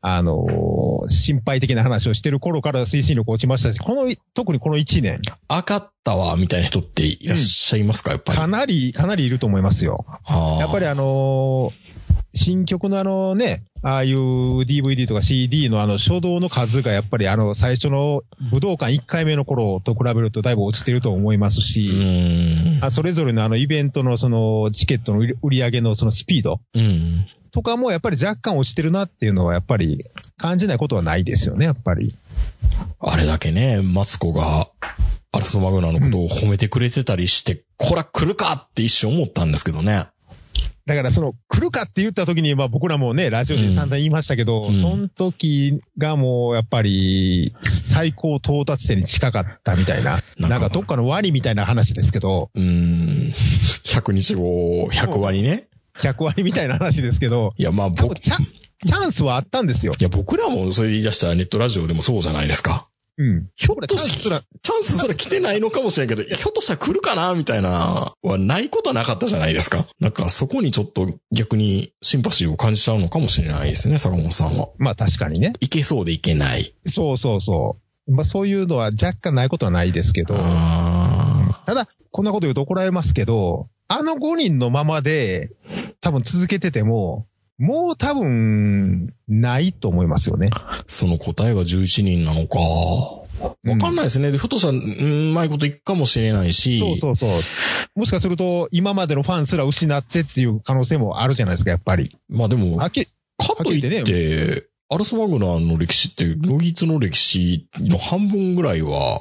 Speaker 3: あの、心配的な話をしてる頃から推進力落ちましたし、この、特にこの1年、
Speaker 2: 上がったわ、みたいな人っていらっしゃいますか、やっぱり。
Speaker 3: かなり、かなりいると思いますよ。
Speaker 2: あー
Speaker 3: やっぱりあのー新曲のあのね、ああいう DVD とか CD のあの初動の数がやっぱりあの最初の武道館1回目の頃と比べるとだいぶ落ちてると思います
Speaker 2: う
Speaker 3: し、
Speaker 2: ん。
Speaker 3: あそれぞれのあのイベントのそのチケットの売り売り上げのそのスピード
Speaker 2: うん。
Speaker 3: とかもやっぱり若干落ちてるなっていうのはやっぱり感じないことはないですよね、やっぱり。
Speaker 2: あれだけね、マツコが、アルソマグナのことを褒めてくれてたりして、こら来るかって一瞬思ったんですけどね。
Speaker 3: だからその来るかって言った時に、まあ僕らもね、ラジオで散々言いましたけど、
Speaker 2: うん
Speaker 3: その時がもうやっぱり最高到達点に近かったみたいな、
Speaker 2: なんか
Speaker 3: なんかどっかのワニみたいな話ですけど、
Speaker 2: うん。100日後、100割ね。
Speaker 3: 100割みたいな話ですけど、
Speaker 2: いや、まあ
Speaker 3: 多
Speaker 2: 僕、
Speaker 3: 分
Speaker 2: い
Speaker 3: チャチャンスはあったんですよ。
Speaker 2: や僕らもそれ言い出したらネットラジオでもそうじゃないですか。
Speaker 3: うん。
Speaker 2: ひょっ
Speaker 3: これチャ
Speaker 2: と
Speaker 3: ン
Speaker 2: し
Speaker 3: ス
Speaker 2: たら、
Speaker 3: ら、
Speaker 2: チャンスすら来てないのかもしれんけど、ひょっとしたら来るかなみたいな、はないことはなかったじゃないですか。なんかそこにちょっと逆にシンパシーを感じちゃうのかもしれないですね、坂本さんは。
Speaker 3: まあ確かにね。
Speaker 2: いけそうでいけない。
Speaker 3: そうそうそう。まあそういうのは若干ないことはないですけど、
Speaker 2: あ
Speaker 3: ただ、こんなこと言うと怒られますけど、あの5人のままで、多分続けてても、もう多分、ないと思いますよね。
Speaker 2: ーその答えが11人なのか。わかんないですね。でひょっとしたら、うんうまいこといくかもしれないし。
Speaker 3: そうそうそう。もしかすると、今までのファンすら失ってっていう可能性もあるじゃないですか、やっぱり。
Speaker 2: まあでも、
Speaker 3: あけ、
Speaker 2: かとい
Speaker 3: は
Speaker 2: っ
Speaker 3: っき
Speaker 2: て、アルスマグナーの歴史って、ノギツの歴史の半分ぐらいは、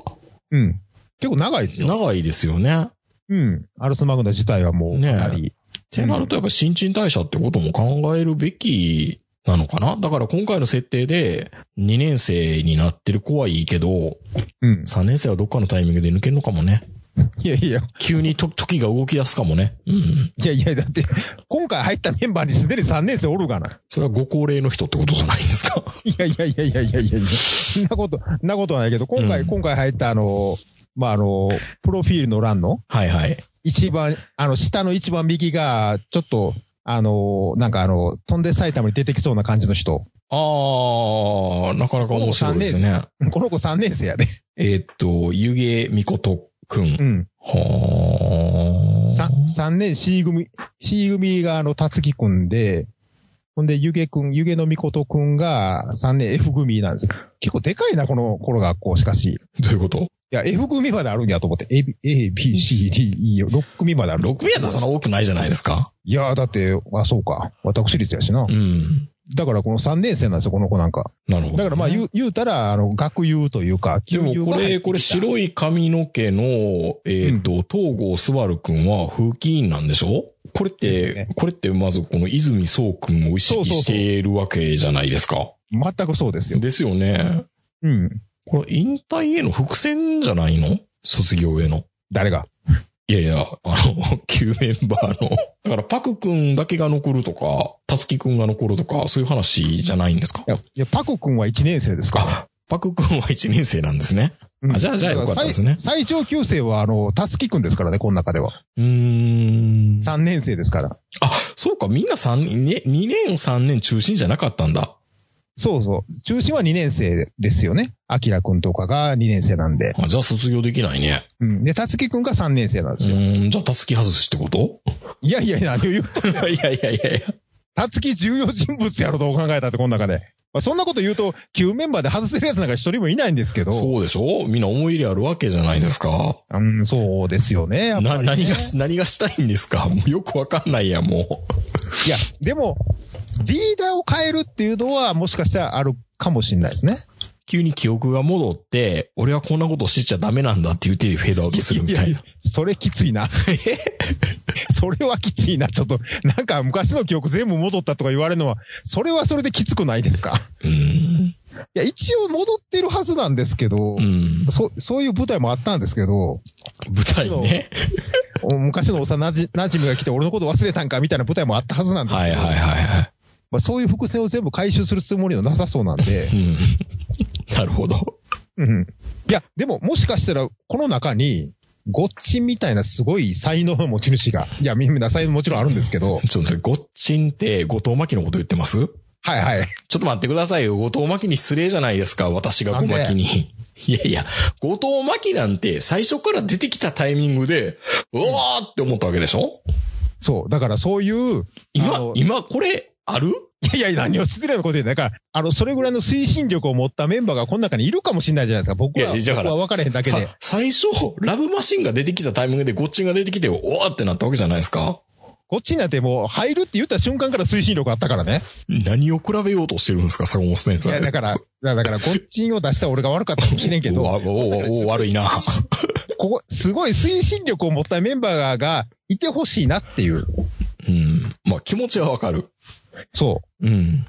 Speaker 3: うん。結構長いですよ。
Speaker 2: 長いですよね。
Speaker 3: うん。アルスマグナ自体はもう、
Speaker 2: ねえ
Speaker 3: かなり、
Speaker 2: ってなると、やっぱ新陳代謝ってことも考えるべきなのかなだから今回の設定で、2年生になってる子はいいけど、
Speaker 3: うん。
Speaker 2: 3年生はどっかのタイミングで抜けるのかもね。
Speaker 3: いやいや、
Speaker 2: 急にと時が動き出すかもね。うん。
Speaker 3: いやいや、だって、今回入ったメンバーにすでに3年生おるがな。
Speaker 2: それはご高齢の人ってことじゃないですか。
Speaker 3: いやいやいやいやいやいやいや、そんなこと、そんなことはないけど、今回、
Speaker 2: うん
Speaker 3: 今回入ったあの、まあ、あの、プロフィールの欄の
Speaker 2: はいはい。
Speaker 3: 一番、あの、下の一番右が、ちょっと、あの、なんかあの、飛んで埼玉に出てきそうな感じの人。
Speaker 2: あー、なかなか面白いですね。
Speaker 3: この子3年生やね。
Speaker 2: えーっと、湯気みことくん
Speaker 3: う。ん。
Speaker 2: は
Speaker 3: さ
Speaker 2: ー
Speaker 3: 三年 C 組、C 組があの、たつきくんで、ほんで、ゆげくん、ゆげのみことくんが3年 F 組なんですよ。結構でかいな、この、この学校、しかし。
Speaker 2: どういうこと
Speaker 3: いや、F 組まであるんやと思って、A, B- A, B, C, D, E よ、6組まである。
Speaker 2: ?6 部屋だそんな多くないじゃないですか。
Speaker 3: いやーだって、あ、そうか。私立やしな
Speaker 2: う。ん。
Speaker 3: だからこの3年生なんですよ、この子なんか。
Speaker 2: なるほどね、
Speaker 3: だからまあ言う、言うたら、あの、学友というか、
Speaker 2: でもこれ、これ
Speaker 3: い。
Speaker 2: 白い髪の毛の、えっ、と、東郷すばるくんは風紀委員なんでしょこれっ
Speaker 3: で
Speaker 2: て、
Speaker 3: すね
Speaker 2: これってまずこの泉総くんを意
Speaker 3: そ
Speaker 2: 識
Speaker 3: うそうそう
Speaker 2: しているわけじゃないですか。
Speaker 3: 全くそうですよ。
Speaker 2: ですよね。
Speaker 3: うん。
Speaker 2: これ引退への伏線じゃないの卒業への。
Speaker 3: 誰が。
Speaker 2: いやいや、あの、 旧メンバーの。だから、パク君だけが残るとか、たつき君が残るとか、そういう話じゃないんですか
Speaker 3: いや、いやパク君は1年生ですから。
Speaker 2: あ、パク君は1年生なんですね。
Speaker 3: うん
Speaker 2: あじゃあじゃあよかったですね
Speaker 3: 最最上級生は、あの、たつきくんですからね、この中では。
Speaker 2: うーん。
Speaker 3: 3年生ですから。
Speaker 2: あ、そうか、みんな3年、ね、2年3年中心じゃなかったんだ。
Speaker 3: そうそう。中心は2年生ですよね。あきらくんとかが2年生なんで。
Speaker 2: あじゃあ卒業できないね。
Speaker 3: うん。で、たつきくんが3年生なん
Speaker 2: う
Speaker 3: ですよ。
Speaker 2: ーん、じゃあたつき外しってこと
Speaker 3: いやいやいや、何を言うと。
Speaker 2: いやいやいやいや。
Speaker 3: たつき重要人物やろと考えたって、この中で。まあ、そんなこと言うと、旧メンバーで外せるやつなんか一人もいないんですけど。
Speaker 2: そうでしょみんな思い入れあるわけじゃないですか。
Speaker 3: うん、そうですよね。やっぱり
Speaker 2: な、
Speaker 3: ね
Speaker 2: 何がし、何がしたいんですかもうよくわかんないやん、も
Speaker 3: いや、でも、リーダーを変えるっていうのは、もしかしたらあるかもしれないですね。
Speaker 2: う。急に記憶が戻って、俺はこんなことしちゃダメなんだって言ってフェードアウトするみたいな。
Speaker 3: それきつ いな。それはきついな。ちょっと、なんか昔の記憶全部戻ったとか言われるのは、それはそれできつくないですか
Speaker 2: うーん。
Speaker 3: いや、一応戻ってるはずなんですけど、
Speaker 2: うん。
Speaker 3: そそういう舞台もあったんですけど、
Speaker 2: 舞台ね。
Speaker 3: お昔の幼なじ馴染みが来て俺のこと忘れたんかみたいな舞台もあったはずなんです
Speaker 2: は
Speaker 3: け
Speaker 2: い
Speaker 3: ど、
Speaker 2: はいはいは
Speaker 3: まあ、そういう伏線を全部回収するつもりはなさそうなんで
Speaker 2: い。、うん。なるほど。
Speaker 3: うん。いや、でももしかしたら、この中に、ごっちみたいなすごい才能の持ち主が、いや、みんな才能もちろんあるんですけど、
Speaker 2: ちょっと待って、ごっちんって後藤真希のこと言ってます
Speaker 3: はいはい。
Speaker 2: ちょっと待ってくださいよ。後藤真希に失礼じゃないですか。私が
Speaker 3: な
Speaker 2: 小
Speaker 3: んで
Speaker 2: 牧に。いやいや、後藤真希なんて最初から出てきたタイミングで、うわーって思ったわけでしょ
Speaker 3: そう。だからそういう、あ
Speaker 2: 今
Speaker 3: の、
Speaker 2: 今これ、ある
Speaker 3: いやいや、何を失礼なこと言うんだから、あの、それぐらいの推進力を持ったメンバーがこの中にいるかもしれないじゃないですか。僕
Speaker 2: い
Speaker 3: は、
Speaker 2: や、
Speaker 3: 僕
Speaker 2: だから。
Speaker 3: は分かれへんだけで
Speaker 2: さ。最初、ラブマシンが出てきたタイミングでゴッチンが出てきて、おわってなったわけじゃないですか
Speaker 3: こっちになってもう、入るって言った瞬間から推進力あったからね。
Speaker 2: 何を比べようとしてるんですか、坂本先
Speaker 3: い
Speaker 2: 生。
Speaker 3: や、だから、だからだから、こっちを出した俺が悪かったかもしれんけ
Speaker 2: う
Speaker 3: ど、
Speaker 2: わ、おおお悪いな。
Speaker 3: ここ、すごい推進力を持ったメンバーがいてほしいなっていう。
Speaker 2: うん。まあ、気持ちはわかる。
Speaker 3: そ
Speaker 2: うん。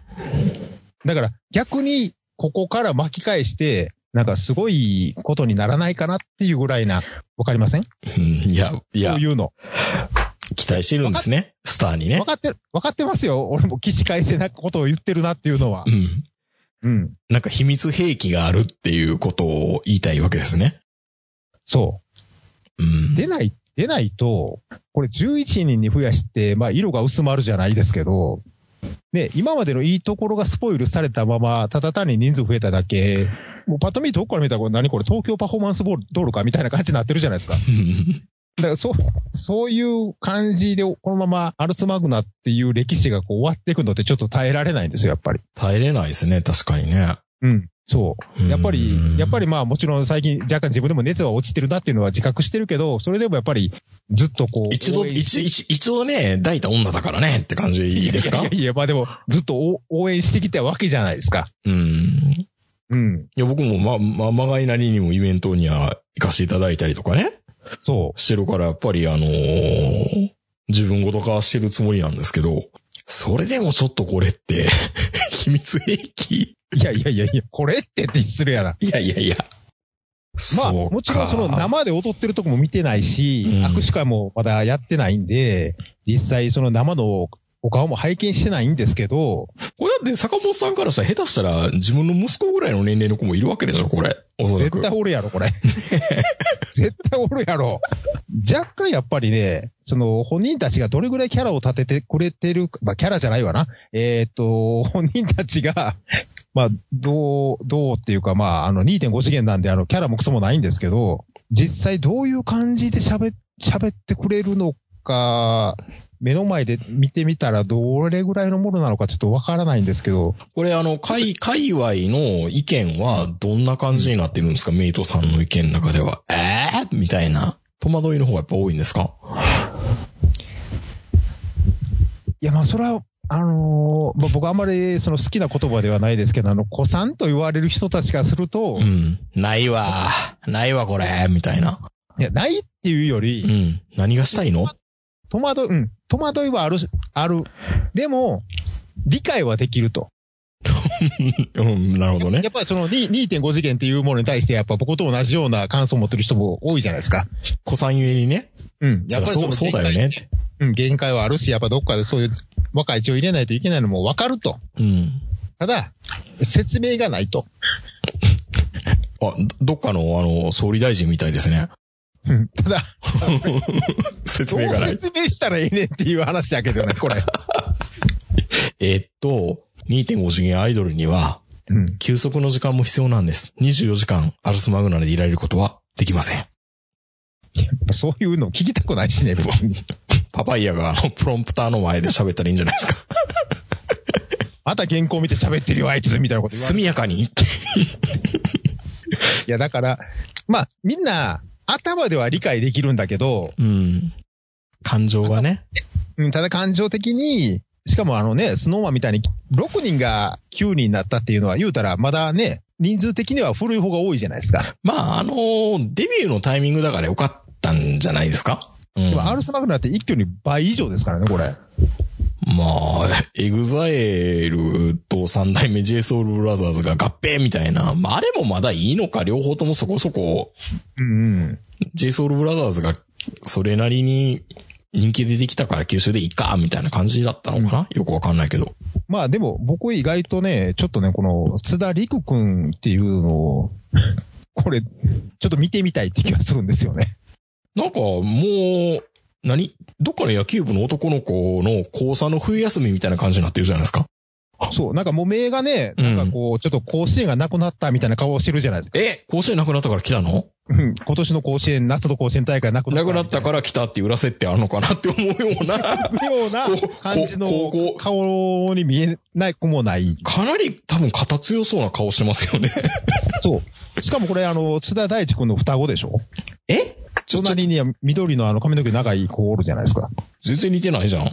Speaker 3: う。だから、逆に、ここから巻き返して、なんかすごいことにならないかなっていうぐらいな、わかりません
Speaker 2: うんいや、い
Speaker 3: そ
Speaker 2: や
Speaker 3: う、いうの。
Speaker 2: 期待してるんですね。スターにね
Speaker 3: 分。かってる、分かってますよ。俺も起死回生なことを言ってるなっていうのは
Speaker 2: う。ん。
Speaker 3: うん。
Speaker 2: なんか秘密兵器があるっていうことを言いたいわけですね。
Speaker 3: そうう。
Speaker 2: ん。
Speaker 3: 出ない、出ないと、これ11人に増やして、まあ、色が薄まるじゃないですけど、ね、今までのいいところがスポイルされたまま、ただ単に人数増えただけ、もうパッと見どこから見たらこれ何これ東京パフォーマンスボール道路かみたいな感じになってるじゃないですか。だ
Speaker 2: うん
Speaker 3: からそう、そういう感じでこのままアルツマグナっていう歴史がこう終わっていくのってちょっと耐えられないんですよ、やっぱり。
Speaker 2: 耐えれないですね、確かにね。
Speaker 3: うん。そう。やっぱ
Speaker 2: うん
Speaker 3: り、やっぱりまあもちろん最近若干自分でも熱は落ちてるなっていうのは自覚してるけど、それでもやっぱりずっとこう。
Speaker 2: 一度、
Speaker 3: 応援
Speaker 2: 一、一一度ね、抱いた女だからねって感じいいですか
Speaker 3: いやいやいや、まあでもずっと応応援してきたわけじゃないですか。
Speaker 2: うん。い
Speaker 3: うん。
Speaker 2: や、僕もま、ま、まがいなりにもイベントには行かせていただいたりとかね、
Speaker 3: そ
Speaker 2: してるから、やっぱりあのー自分ごと化してるつもりなんですけど、それでもちょっとこれって、 秘密兵器
Speaker 3: う。いやいやいやいや、これってって失礼やな。
Speaker 2: いやいやいや。
Speaker 3: まあ、
Speaker 2: そうか
Speaker 3: もちろんその生で踊ってるとこも見てないし、
Speaker 2: うん
Speaker 3: 握手会もまだやってないんで、実際その生のお顔も拝見してないんですけど、
Speaker 2: これだって坂本さんからしたら下手したら自分の息子ぐらいの年齢の子もいるわけでしょ、これ。おそらく。
Speaker 3: 絶対おるやろ、 これ。絶対おるやろ。若干やっぱりね、その本人たちがどれぐらいキャラを立ててくれてるか、まあキャラじゃないわな。えーっと、本人たちが、まあ、どう、どうっていうか、まあ、あの2.5次元なんで、あの、キャラもクソもないんですけど、実際どういう感じで喋っ、喋ってくれるのか、目の前で見てみたらどれぐらいのものなのかちょっとわからないんですけど、
Speaker 2: これあの、界、界隈の意見はどんな感じになってるんですか、メイトさんの意見の中では。えー、みたいな。戸惑いの方がやっぱ多いんですか
Speaker 3: いや、まあ、それは、あのーまあ、僕あんまりその好きな言葉ではないですけど、あの、子さんと言われる人たちからすると、
Speaker 2: う
Speaker 3: い
Speaker 2: ん。ないわ。ないわ、これ。みたいな。
Speaker 3: や、ないっていうよ
Speaker 2: う
Speaker 3: り、
Speaker 2: ん。何がしたいの
Speaker 3: 戸惑い、うん、戸惑いはある、ある。でも、理解はできると。
Speaker 2: うん、なるほどね
Speaker 3: や。っぱりそのに2.5次元っていうものに対して、やっぱ僕と同じような感想を持ってる人も多いじゃないですか。
Speaker 2: 子さんゆえにね。
Speaker 3: うん。や
Speaker 2: そりゃそう、
Speaker 3: っぱりの
Speaker 2: そうだよね。って
Speaker 3: うん、限界はあるし、やっぱどっかでそういう若い血を入れないといけないのもわかると。
Speaker 2: うん。
Speaker 3: ただ、説明がないと。
Speaker 2: あ、どどっかの、あの、総理大臣みたいです ね。
Speaker 3: うん。ただ、
Speaker 2: 説
Speaker 3: どう
Speaker 2: 明がない。
Speaker 3: 説明したらええねんっていう話だけどね、これ。
Speaker 2: えっと、2.5次元アイドルには、
Speaker 3: うん。
Speaker 2: 休息の時間も必要なんです。24時間、アルスマグナでいられることはできません。
Speaker 3: そういうの聞きたくないしね、別に。
Speaker 2: パパイヤがあの、プロンプターの前で喋ったらいいんじゃないですか。
Speaker 3: また原稿見て喋ってるよ、あいつ、みたいな こと言われ
Speaker 2: 速
Speaker 3: る。
Speaker 2: やかにって。
Speaker 3: いや、だから、まあ、みんな、頭では理解できるんだけど、
Speaker 2: うん。感情がね。
Speaker 3: うんただ感情的に、しかもあのね、スノーマンみたいに6人が9人になったっていうのは言うたら、まだね、人数的には古い方が多いじゃないですか。
Speaker 2: まあ、あのーデビューのタイミングだからよかったんじゃないですか。うん、
Speaker 3: でも、ア
Speaker 2: ま
Speaker 3: ルスマグナって一挙に倍以上ですからね、これ。
Speaker 2: あ、エグザイルと三代目 JSOUL BROTHERS が合併みたいな。まあ、あれもまだいいのか、両方ともそこそこ
Speaker 3: うんうん。
Speaker 2: JSOULBROTHERS がそれなりに人気出てきたから九州でいいか、みたいな感じだったのかな、よくわかんないけど。
Speaker 3: まあでも、僕意外とね、ちょっとね、この、津田陸くんっていうのを、これ、ちょっと見てみたいって気がするんですよね。
Speaker 2: なんかもう、何どっかの野球部の男の子の高3の冬休みみたいな感じになってるじゃないですか。
Speaker 3: そう、なんかもう名がね、
Speaker 2: うん
Speaker 3: なんかこう、ちょっと甲子園がなくなったみたいな顔をしてるじゃないですか。
Speaker 2: え甲子園なくなったから来たの
Speaker 3: うん今年の甲子園、夏の甲子園大会なくな
Speaker 2: な
Speaker 3: った
Speaker 2: く
Speaker 3: み
Speaker 2: な
Speaker 3: い。
Speaker 2: ったから来たっていう裏設定あるのかなって思うような、
Speaker 3: ような
Speaker 2: こ
Speaker 3: 感じ
Speaker 2: こ
Speaker 3: の
Speaker 2: ここ
Speaker 3: 顔に見えない子もない。
Speaker 2: かなり多分肩強そうな顔してますよね。
Speaker 3: そう。しかもこれ、あの、津田大地君の双子でしょ
Speaker 2: え
Speaker 3: 隣には緑のあの髪の毛長い子おるじゃないですか。
Speaker 2: 全然似てないじゃん。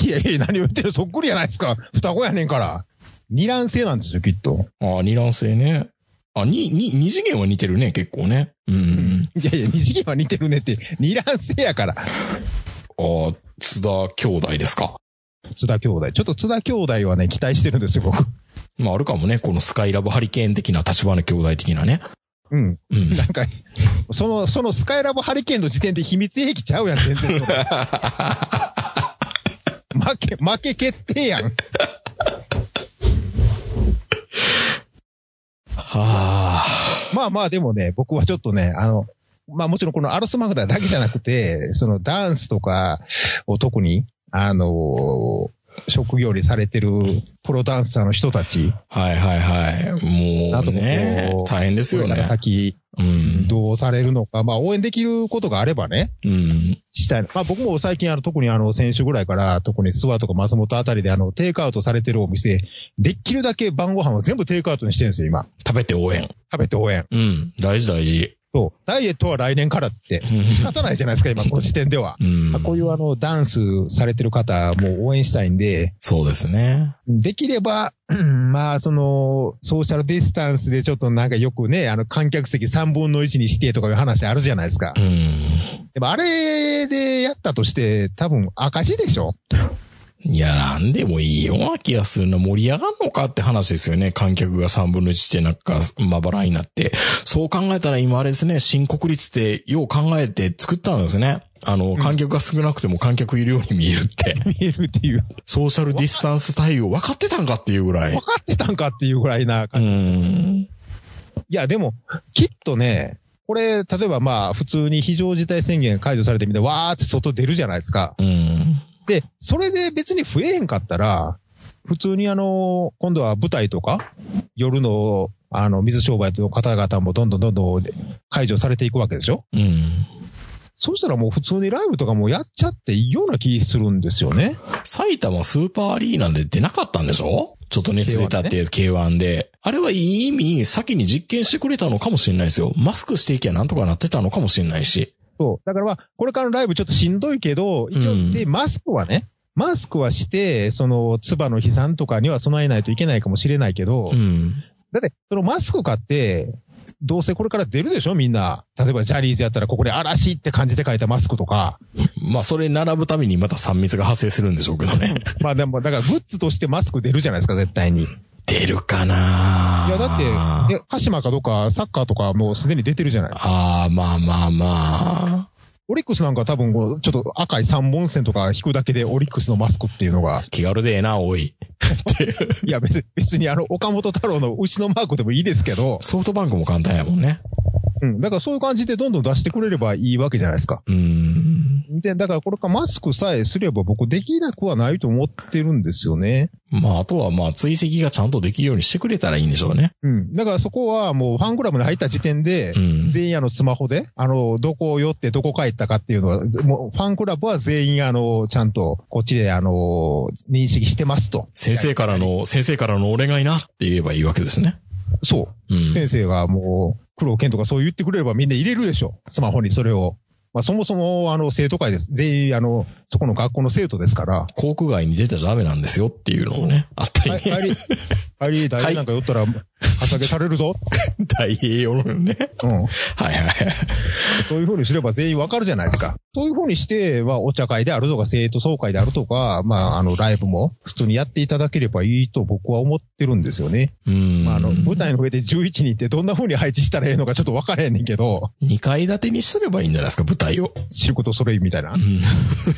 Speaker 3: いやいや、何を言ってるそっくりやないですか。双子やねんから。二卵性なんですよ、きっと。
Speaker 2: ああ、二卵性ね。あ、に、に、二次元は似てるね、結構ね。うんうん。
Speaker 3: いやいや、二次元は似てるねって、二卵性やから。
Speaker 2: ああ、津田兄弟ですか。
Speaker 3: 津田兄弟。ちょっと津田兄弟はね、期待してるんですよ、僕。
Speaker 2: まあ、あるかもね。このスカイラブハリケーン的な立花兄弟的なね。
Speaker 3: うん。
Speaker 2: うん。
Speaker 3: なんか、その、そのスカイラブハリケーンの時点で秘密兵器ちゃうやん、全然。負け、負け決定やん。
Speaker 2: はあ。
Speaker 3: まあまあ、でもね、僕はちょっとね、あの、まあもちろんこのアロスマグダだけじゃなくて、そのダンスとかを特に、あの職業にされてるプロダンサーの人たち、
Speaker 2: はいはいはい。も
Speaker 3: あ
Speaker 2: う
Speaker 3: とこう
Speaker 2: ね、大変ですよ
Speaker 3: これか
Speaker 2: ね。
Speaker 3: ら先
Speaker 2: うん。
Speaker 3: どうされるのか、まあ応援できることがあればね、
Speaker 2: うん。
Speaker 3: したいな。まあ僕も最近あの、特にあの、先週ぐらいから、特にスワとか松本あたりであの、テイクアウトされてるお店、できるだけ晩ご飯は全部テイクアウトにしてるんですよ、今。
Speaker 2: 食べて応援。
Speaker 3: 食べて応援。
Speaker 2: うん。大事大事。
Speaker 3: そう。ダイエットは来年からって。仕方ないじゃないですか、今、この時点では。
Speaker 2: うん。
Speaker 3: まあこういうあの、ダンスされてる方も応援したいんで、
Speaker 2: そうですね。
Speaker 3: できれば、 うんまあ、その、ソーシャルディスタンスでちょっとなんかよくね、あの、観客席3分の1にしてとかいう話あるじゃないですか
Speaker 2: う。ん。
Speaker 3: でもあれでやったとして、多分赤字でしょ
Speaker 2: いや、なんでもいいような気がするな。盛り上がんのかって話ですよね。観客が3分の1ってなんかまばらになって。そう考えたら今あれですね、新国立ってよう考えて作ったんですね。あの、観客が少なくても観客いるように見えるって。
Speaker 3: 見えるっ ていう。
Speaker 2: ソーシャルディスタンス対応分かってたんかっていうぐらい
Speaker 3: 分。かってたんかっていうぐらいな
Speaker 2: う
Speaker 3: 感じ。
Speaker 2: ん。
Speaker 3: いや、でも、きっとね、これ、例えばまあ、普通に非常事態宣言解除されてみて、わーって外出るじゃないですか。
Speaker 2: うん。
Speaker 3: で、それで別に増えへんかったら、普通にあの、今度は舞台とか、夜の、あの、水商売の方々もどんどんどんどん解除されていくわけでしょ
Speaker 2: うん。
Speaker 3: そうしたらもう普通にライブとかもやっちゃっていいような気するんですよね。
Speaker 2: 埼玉スーパーアリーナで出なかったんでしょちょっと熱出たって K1 で。あれはいい意味、先に実験してくれたのかもしれないですよ。マスクしていきゃなんとかなってたのかもしれないし。
Speaker 3: そう。だからまあ、これからのライブちょっとしんどいけど、一応、
Speaker 2: うん
Speaker 3: で、マスクはね、マスクはして、その、ツバの飛散とかには備えないといけないかもしれないけど、
Speaker 2: うん。
Speaker 3: だって、そのマスク買って、どうせこれから出るでしょみんな。例えばジャニーズやったらここで嵐って感じで書いたマスクとか。
Speaker 2: まあ、それに並ぶためにまた3密が発生するんでしょうけど ね。
Speaker 3: まあでも、だからグッズとしてマスク出るじゃないですか、絶対に。い
Speaker 2: 出るかな
Speaker 3: や、だ
Speaker 2: あ
Speaker 3: って、で、鹿島かどうか、サッカーとかもうすでに出てるじゃないですか。
Speaker 2: あ、まあまあまあ。
Speaker 3: オリックスなんか多分こう、ちょっと赤い三本線とか引くだけでオリックスのマスクっていうのが、
Speaker 2: 気軽でええな、おい。
Speaker 3: いや別に、別にあの、岡本太郎の牛のマークでもいいですけど、
Speaker 2: ソフトバンクも簡単やもんね。
Speaker 3: うん、だからそういう感じでどんどん出してくれればいいわけじゃないですか。
Speaker 2: うん。
Speaker 3: で、だからこれかマスクさえすれば僕できなくはないと思ってるんですよね。
Speaker 2: まあ、あとはまあ、追跡がちゃんとできるようにしてくれたらいいんでしょうね。
Speaker 3: うん。だからそこはもうファンクラブに入った時点で
Speaker 2: う、ん。
Speaker 3: 全員あのスマホで、あの、どこを寄ってどこ帰ったかっていうのは、ぜもうファンクラブは全員あの、ちゃんとこっちであの、認識してますと。
Speaker 2: 先生からの、先生からのお願いなって言えばいいわけですね。
Speaker 3: そうう。
Speaker 2: ん。
Speaker 3: 先生がもう、黒剣とかそう言ってくれればみんな入れるでしょ。スマホにそれを。まあそもそもあの、生徒会です。全員あの、そこの学校の生徒ですから。
Speaker 2: 航空外に出たらダメなんですよっていうのをね、あったり
Speaker 3: はい、
Speaker 2: ね。
Speaker 3: 帰り、帰り、大事なんか寄った ら、畑されるぞ。
Speaker 2: 大栄養のね。
Speaker 3: うん。
Speaker 2: はいはい。
Speaker 3: そういうふうにすれば全員わかるじゃないですか。そういうふうにして、まあ、お茶会であるとか、生徒総会であるとか、まあ、あの、ライブも普通にやっていただければいいと僕は思ってるんですよね。
Speaker 2: うん。
Speaker 3: まあ、あの、舞台の上で11人ってどんなふうに配置したらええのかちょっとわからへんねんけど、
Speaker 2: 二階建てにすればいいんじゃないですか、舞台を。
Speaker 3: 仕事揃いみたいな
Speaker 2: う。ん。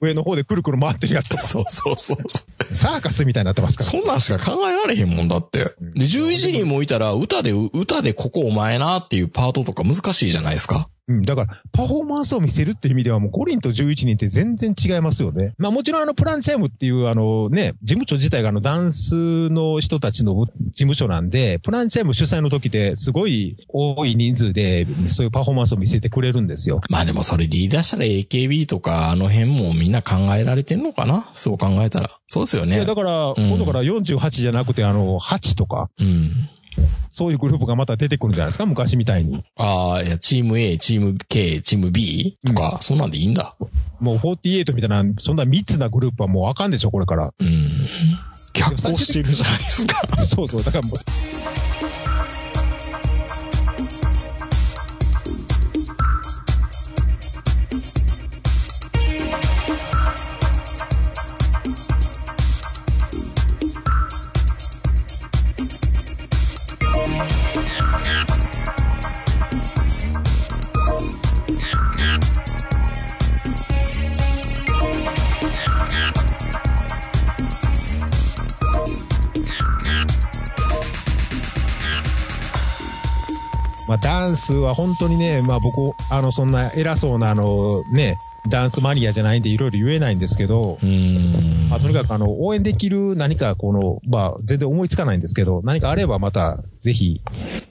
Speaker 3: 上の方でくるくる回ってるやつとか、
Speaker 2: そうそうそうそう。
Speaker 3: サーカスみたいになってますから。
Speaker 2: そんなんしか考えられへんもんだって。で、11人もいたら、歌で、歌でここお前なっていうパートとか難しいじゃないですか。
Speaker 3: うん、だから、パフォーマンスを見せるっていう意味では、もう5人と11人って全然違いますよね。まあもちろんあの、プランチャイムっていう、あのね、事務所自体があの、ダンスの人たちの事務所なんで、プランチャイム主催の時って、すごい多い人数で、そういうパフォーマンスを見せてくれるんですよ。
Speaker 2: まあでもそれで言い出したら AKB とかあの辺もみんな考えられてんのかなそう考えたら。そうですよ
Speaker 3: い
Speaker 2: ね
Speaker 3: や、。だから、今度から48じゃなくて、あの、8とか、
Speaker 2: うん。
Speaker 3: そういうグループがまた出てくるんじゃないですか、昔みたいに。
Speaker 2: ああ、いや、チーム A、チーム K、チーム B とか、そんなんでいいんだ。
Speaker 3: もう48みたいな、そんな密なグループはもうあかんでしょ、これから。
Speaker 2: うん。逆行してるじゃないですか。
Speaker 3: そうそう、だからもう。まあ、ダンスは本当にね、まあ、僕、あの、そんな偉そうな、あの、ね、ダンスマニアじゃないんで、いろいろ言えないんですけ ど、
Speaker 2: うん。
Speaker 3: まあ、とにかく、あの、応援できる何か、この、まあ、全然思いつかないんですけど、何かあれば、また、ぜひ、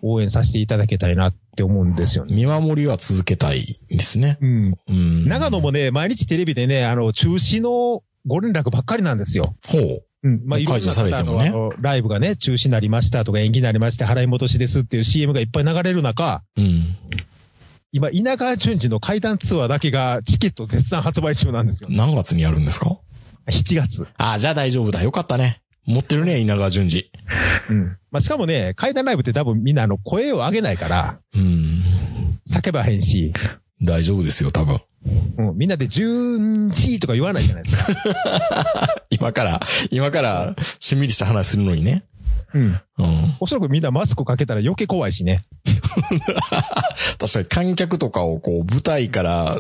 Speaker 3: 応援させていただけたいなって思うんですよね。
Speaker 2: 見守りは続けたいですね。
Speaker 3: うん。
Speaker 2: うん。
Speaker 3: 長野もね、毎日テレビでね、あの、中止のご連絡ばっかりなんですよ。
Speaker 2: ほう。
Speaker 3: うん。まあ、いろんな
Speaker 2: 解除され
Speaker 3: 方
Speaker 2: て
Speaker 3: の、
Speaker 2: もね
Speaker 3: あの、ライブがね、中止になりましたとか、延期になりまして、払い戻しですっていう CM がいっぱい流れる中、
Speaker 2: うん。
Speaker 3: 今、稲川淳二の階段ツアーだけがチケット絶賛発売中なんですよ。
Speaker 2: 何月にやるんですか
Speaker 3: 7月。
Speaker 2: ああ、じゃあ大丈夫だ。よかったね。持ってるね、稲川淳二。
Speaker 3: うん。まあ、しかもね、階段ライブって多分みんなあの声を上げないから、
Speaker 2: うん。
Speaker 3: 叫ばへんし、
Speaker 2: 大丈夫ですよ、多分。
Speaker 3: うん、みんなで淳二とか言わないじゃないですか。
Speaker 2: 今から、今から、しんみりした話するのにね。
Speaker 3: うん。
Speaker 2: うん。
Speaker 3: おそらくみんなマスクかけたら余計怖いしね。
Speaker 2: 確かに観客とかをこう、舞台から、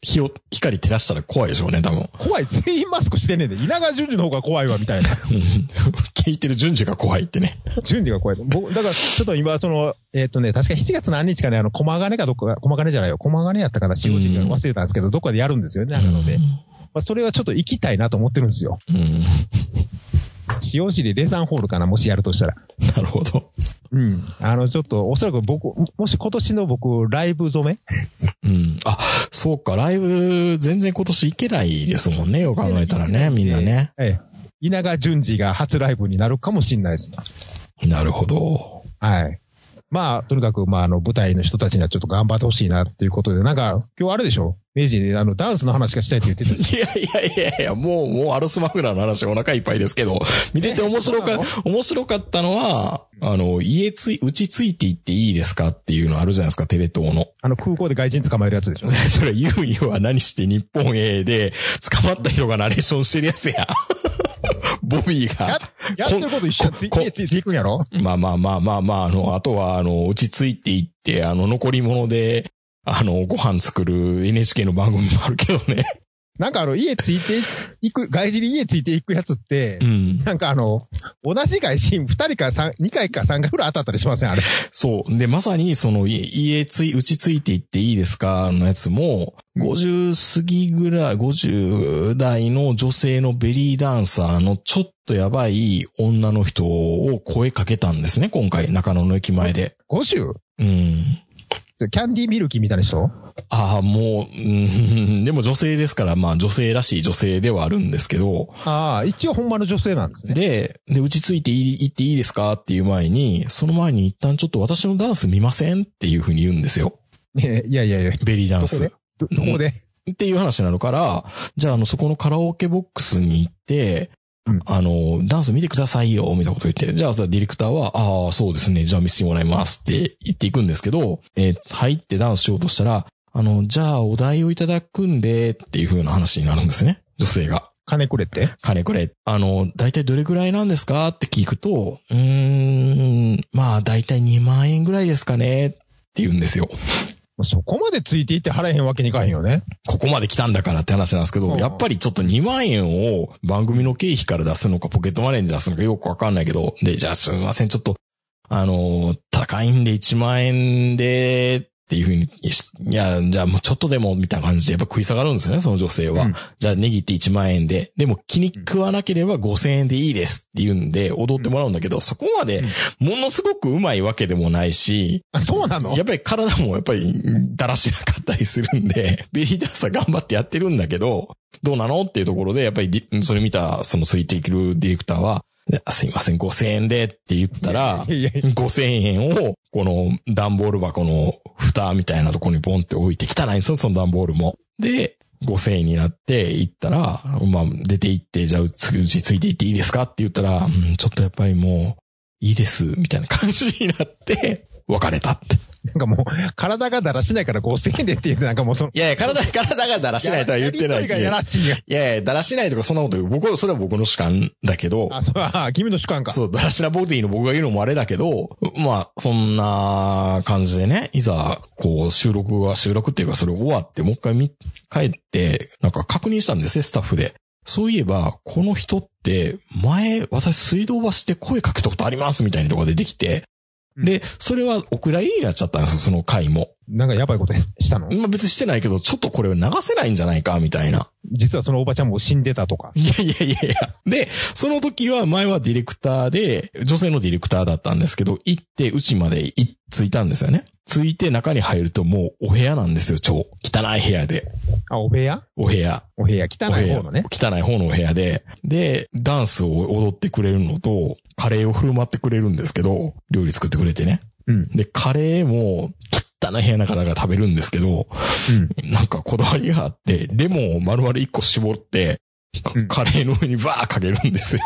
Speaker 2: ひよ、光照らしたら怖いでしょうね、多分。
Speaker 3: 怖い。全員マスクしてねえんで、稲川淳二の方が怖いわ、みたいな。
Speaker 2: うん聞いてる順次が怖いってね。
Speaker 3: 淳二が怖い。僕、だから、ちょっと今、その、えっ、とね、確か7月何日かね、あの、駒金かどっか、駒金じゃないよ。駒金やったかな、塩尻が忘れたんですけど、どっかでやるんですよね、なので。まあ、それはちょっと行きたいなと思ってるんですよ。
Speaker 2: うん。
Speaker 3: 塩尻レザンホールかな、もしやるとしたら。
Speaker 2: なるほど。
Speaker 3: うん。あの、ちょっと、おそらく僕、もし今年の僕、ライブ染め
Speaker 2: うん。あ、そうか、ライブ、全然今年行けないですもんね、よく考えたらね、みんなね。。
Speaker 3: ええ。稲川淳二が初ライブになるかもしれないです。
Speaker 2: なるほど。
Speaker 3: はい。まあ、とにかく、まあ、あの、舞台の人たちにはちょっと頑張ってほしいなっていうことで、なんか、今日あれでしょ明治で、あの、ダンスの話がしたいって言ってたでしょ
Speaker 2: いやいやいやいや、もう、もうアルスマフラーの話お腹いっぱいですけど、見てて面白
Speaker 3: え
Speaker 2: か
Speaker 3: そうな、
Speaker 2: 面白かったのは、あの、家つい、うちついていっていいですかっていうのあるじゃないですか、テレ東の。
Speaker 3: あの、空港で外人捕まえるやつでしょ
Speaker 2: それ、ゆうゆうは何して日本へで、捕まった人がナレーションしてるやつや。 ボビー
Speaker 3: や
Speaker 2: が。、
Speaker 3: やってること一緒つい
Speaker 2: こ
Speaker 3: て、ついていくんやろ
Speaker 2: まあまあまあまあまあ、あの、あとは、あの、落ち着いていって、あの、残り物で、あの、ご飯作る NHK の番組もあるけどね。
Speaker 3: なんかあの、家ついていく、外人に家ついていくやつって
Speaker 2: う、ん。
Speaker 3: なんかあの、同じ外人二人か三、二回か三回ぐらい当たったりしませんあれ。
Speaker 2: そう。で、まさに、その、い家つい、打ちついていっていいですかのやつも、50過ぎぐらい、50代の女性のベリーダンサーのちょっとやばい女の人を声かけたんですね、今回、中野の駅前で。
Speaker 3: 五州
Speaker 2: うん。
Speaker 3: キャンディーミルキーみたいな人
Speaker 2: ああ、もう、うん、 でも女性ですから、まあ女性らしい女性ではあるんですけど、
Speaker 3: ああ、一応本場の女性なんですね。
Speaker 2: で、で、打ちついていい行っていいですかっていう前に、その前に一旦ちょっと私のダンス見ませんっていうふうに言うんですよ。
Speaker 3: ね いやいやいや、
Speaker 2: ベリーダン
Speaker 3: どこ
Speaker 2: ス
Speaker 3: で。どどこで、
Speaker 2: っていう話になるから、じゃあ、あの、そこのカラオケボックスに行って、
Speaker 3: うん
Speaker 2: あの、ダンス見てくださいよ、みたいなこと言って、じゃあ、そのディレクターは、ああ、そうですね、じゃあ見せてもらいますって言っていくんですけど、えー入ってダンスしようとしたら、あの、じゃあお題をいただくんで、っていう風な話になるんですね、女性が。
Speaker 3: 金くれって
Speaker 2: 金くれ。あの、だいたいどれぐらいなんですかって聞くと、うーん、まあ、だいたい2万円ぐらいですかね、って言うんですよ。
Speaker 3: そこまでついていって払えへんわけにいかへんよね。
Speaker 2: ここまで来たんだからって話なんですけ
Speaker 3: う
Speaker 2: ど、
Speaker 3: ん
Speaker 2: やっぱりちょっと2万円を番組の経費から出すのか、ポケットマネーで出すのかよくわかんないけど、で、じゃあすいません、ちょっと、あの、高いんで1万円で、っていうふうに、いや、じゃあもうちょっとでも、みたいな感じでやっぱ食い下がるんですよね、その女性は。
Speaker 3: うん
Speaker 2: じゃあネギって1万円で、でも気に食わなければ5000円でいいですって言うんで、踊ってもらうんだけど、そこまで、ものすごくうまいわけでもないし、
Speaker 3: あ、そうなの
Speaker 2: やっぱり体もやっぱりだらしなかったりするんで、 ベリーダンサー頑張ってやってるんだけど、どうなのっていうところで、やっぱりディそれ見たそのついているディレクターは、あすいません、5000円でって言ったら
Speaker 3: い、やいやいや
Speaker 2: 5000円を、この段ボール箱の蓋みたいなとこにボンって置いて汚いんですよ、その段ボールも。で、5000円になって行ったら、まあ、出て行って、じゃあ、うちうちついて行っていいですかって言ったら、うん、ちょっとやっぱりもう、いいです、みたいな感じになって、 別れたって。
Speaker 3: なんかもう、体がだらしないから5000円でって言って、なんかもうその、
Speaker 2: いやいや、体、体がだらしないとは言ってない
Speaker 3: やり
Speaker 2: い
Speaker 3: と
Speaker 2: やい
Speaker 3: りがや
Speaker 2: や
Speaker 3: らしいよ。
Speaker 2: いや、だらしないとかそんなこと言う。僕は、それは僕の主観だけど、
Speaker 3: あ、そう、あ君の主観か。
Speaker 2: そう、だらしなボディの僕が言うのもあれだけど、まあ、そんな感じでね、いざ、こう、収録は収録っていうか、それ終わって、もう一回見、帰って、なんか確認したんですね、スタッフで。そういえば、この人って、前、私、水道橋で声かけたことあります、みたいなとこが出てきて、で、それはお蔵入りになっちゃったんですよ、その回も。
Speaker 3: なんかやばいことしたの
Speaker 2: まあ別にしてないけど、ちょっとこれを流せないんじゃないか、みたいな。
Speaker 3: 実はそのおばちゃんも死んでたとか。
Speaker 2: いやいやいやいや。で、その時は前はディレクターで、女性のディレクターだったんですけど、行って、うちまで行っ着いたんですよね。着いて中に入るともうお部屋なんですよ、超。汚い部屋で。
Speaker 3: あ、お部屋
Speaker 2: お部屋。
Speaker 3: お部屋、汚
Speaker 2: お部
Speaker 3: い
Speaker 2: 屋
Speaker 3: 方のね。
Speaker 2: 汚い方のお部屋で。で、ダンスを踊ってくれるのと、カレーを振る舞ってくれるんですけど、料理作ってくれてね。
Speaker 3: うん
Speaker 2: で、カレーも、汚い部屋の中だから食べるんですけど、
Speaker 3: うん。
Speaker 2: なんかこだわりがあって、レモンを丸々1個絞って、
Speaker 3: うん
Speaker 2: カレーの上にバーかけるんですよ。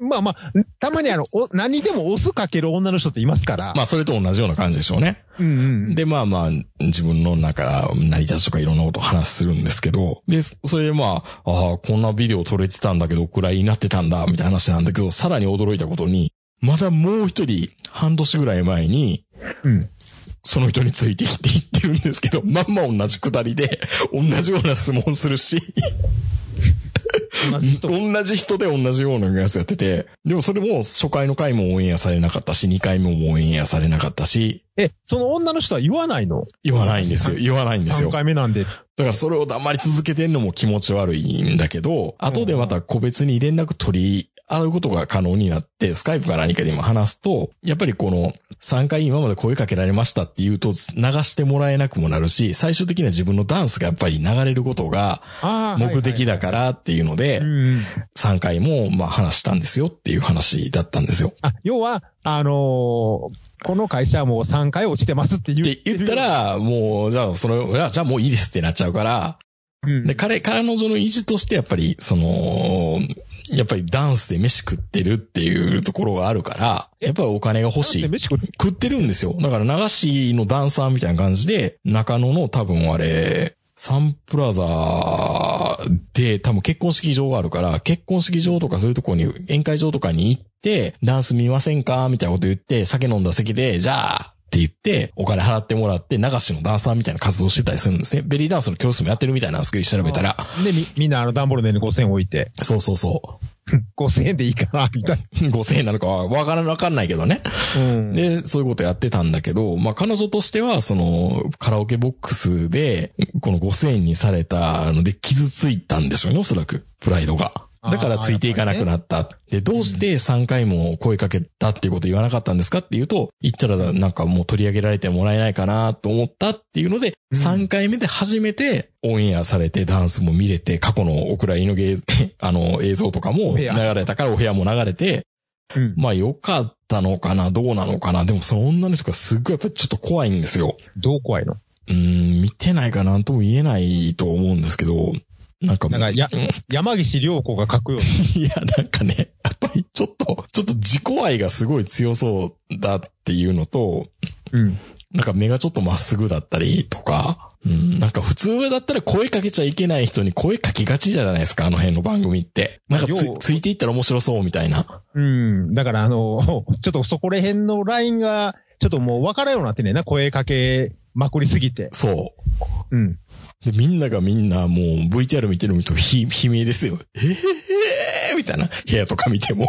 Speaker 3: まあまあ、たまにあの、お、何でもオスかける女の人っていますから。
Speaker 2: まあそれと同じような感じでしょうね。
Speaker 3: うんうん。
Speaker 2: で、まあまあ、自分の中、成り立ちとかいろんなことを話するんですけど、で、それでまあ、ああ、こんなビデオ撮れてたんだけど、くらいになってたんだ、みたいな話なんだけど、さらに驚いたことに、まだもう一人、半年ぐらい前に、
Speaker 3: うん。
Speaker 2: その人についてきて言ってるんですけど、まんま同じくだりで、同じような質問するし、
Speaker 3: 同じ人。
Speaker 2: 同じ人で同じようなやつやってて、でもそれも初回の回もオンエアされなかったし、2回目もオンエアされなかったし、
Speaker 3: え、その女の人は言わないの
Speaker 2: 言わないんですよ。言わないんですよ
Speaker 3: 3。回目なんで。
Speaker 2: だからそれを黙り続けてんのも気持ち悪いんだけど、後でまた個別に連絡取り合うことが可能になって、スカイプか何かで今話すと、やっぱりこの3回今まで声かけられましたって言うと流してもらえなくもなるし、最終的には自分のダンスがやっぱり流れることが
Speaker 3: ああ。。
Speaker 2: 目的だかららっていうので
Speaker 3: うん、うん。
Speaker 2: 3回もまあ話したんですよっていう話だったんですよ。
Speaker 3: あ、要は、あのーこの会社はもう3回落ちてますって言
Speaker 2: っ
Speaker 3: ってて
Speaker 2: 言った
Speaker 3: る、
Speaker 2: ら、もう、じゃあ、その、いやじゃあもういいですってなっちゃうから、
Speaker 3: うん
Speaker 2: で、彼、彼女の意地として、やっぱり、その、やっぱりダンスで飯食ってるっていうところがあるから、やっぱりお金が欲し
Speaker 3: だって
Speaker 2: い。
Speaker 3: 飯食う
Speaker 2: 食ってるんですよ。だから、流しのダンサーみたいな感じで、中野の多分あれ、サンプラザで多分結婚式場があるから、結婚式場とかそういうところに、宴会場とかに行って、ダンス見ませんかみたいなこと言って、酒飲んだ席で、じゃあ、って言って、お金払ってもらって、流しのダンサーみたいな活動してたりするんですね。ベリーダンスの教室もやってるみたいなんですけど、調べたら。
Speaker 3: で、み、みんなあの段ボールの上に5000置いて、
Speaker 2: そうそうそ。
Speaker 3: 5000円でいいかな、みたいう
Speaker 2: 5000円なのか はわからん、わかんないけどね。
Speaker 3: な。うん。
Speaker 2: で、そういうことやってたんだけど、まあ、彼女としては、その、カラオケボックスで、この5000円にされたので、傷ついたんでしょうね、おそらく。プライドが。だからついていかなくなった。で、どうして3回も声かけたっていうこと言わなかったんですかっていうと、言ったらなんかもう取り上げられてもらえないかなと思ったっていうので、
Speaker 3: うん
Speaker 2: 3回目で初めてオンエアされてダンスも見れて、過去のお蔵入りの芸、 あの映像とかも
Speaker 3: お部
Speaker 2: 流
Speaker 3: 屋
Speaker 2: れたからお部屋も流れて、
Speaker 3: うん。
Speaker 2: まあ良かったのかな、どうなのかな。でもその女の人がすっごいやっぱりちょっと怖いんですよ。
Speaker 3: どう怖いの
Speaker 2: うーん、見てないからなんとも言えないと思うんですけど、なんかも
Speaker 3: な
Speaker 2: う、
Speaker 3: んか、や
Speaker 2: うん、
Speaker 3: 山岸良子が書くように。
Speaker 2: いや、なんかね、やっぱりちょっと、ちょっと自己愛がすごい強そうだっていうのと、
Speaker 3: うん。
Speaker 2: なんか目がちょっとまっすぐだったりとか、うん、なんか普通だったら声かけちゃいけない人に声かけがちじゃないですか、あの辺の番組って。なんかつ
Speaker 3: 要は
Speaker 2: ついていったら面白そうみたいな。
Speaker 3: うん。だから、あの、ちょっとそこら辺のラインが、ちょっともう分からんようになってねえな、声かけまくりすぎて。
Speaker 2: そう。
Speaker 3: うん。
Speaker 2: で、みんながみんなもう VTR 見てるのとひ悲鳴ですよ。ええー、みたいな。部屋とか見ても。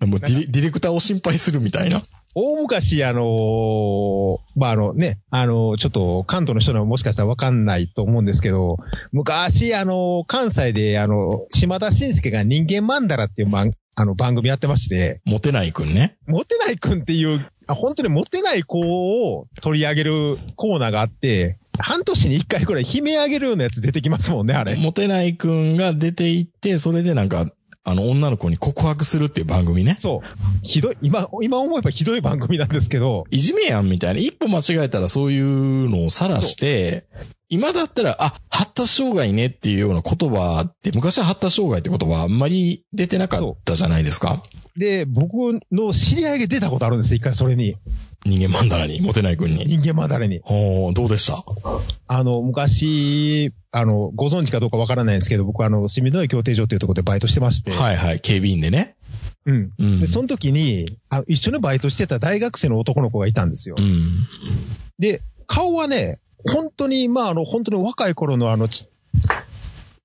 Speaker 2: もうディレディレクターを心配するみたいな。
Speaker 3: 大昔、あのーまあ、あのね、あのーちょっと関東の人のもしかしたらわかんないと思うんですけど、昔、あのー関西で、あの島田紳介が人間マンダラっていうまんあの、番組やってまして、
Speaker 2: モテないくんね。
Speaker 3: モテないくんっていう、あ本当にモテない子を取り上げるコーナーがあって、半年に一回くらい悲鳴上げるようなやつ出てきますもんね、あれ。
Speaker 2: モテないくんが出て行って、それでなんか、あの、女の子に告白するっていう番組ね。
Speaker 3: そう。ひどい、今、今思えばひどい番組なんですけど、
Speaker 2: いじめやんみたいな。一歩間違えたらそういうのを晒して、今だったら、あ、発達障害ねっていうような言葉って、昔は発達障害って言葉あんまり出てなかったじゃないですか。
Speaker 3: で、僕の知り合いが出たことあるんですよ、一回それに。
Speaker 2: 人間マンダラに、モテないくんに。
Speaker 3: 人間まだれに。
Speaker 2: おーどうでした
Speaker 3: あの、昔、あの、ご存知かどうかわからないんですけど、僕はあの、住の江協定所というところでバイトしてまして、
Speaker 2: はいはい、警備員でね。
Speaker 3: うん。
Speaker 2: うん
Speaker 3: で、。その時にあ、一緒にバイトしてた大学生の男の子がいたんですよ
Speaker 2: う。ん。
Speaker 3: で、顔はね、本当に、まあ、あの、本当に若い頃のあの、ち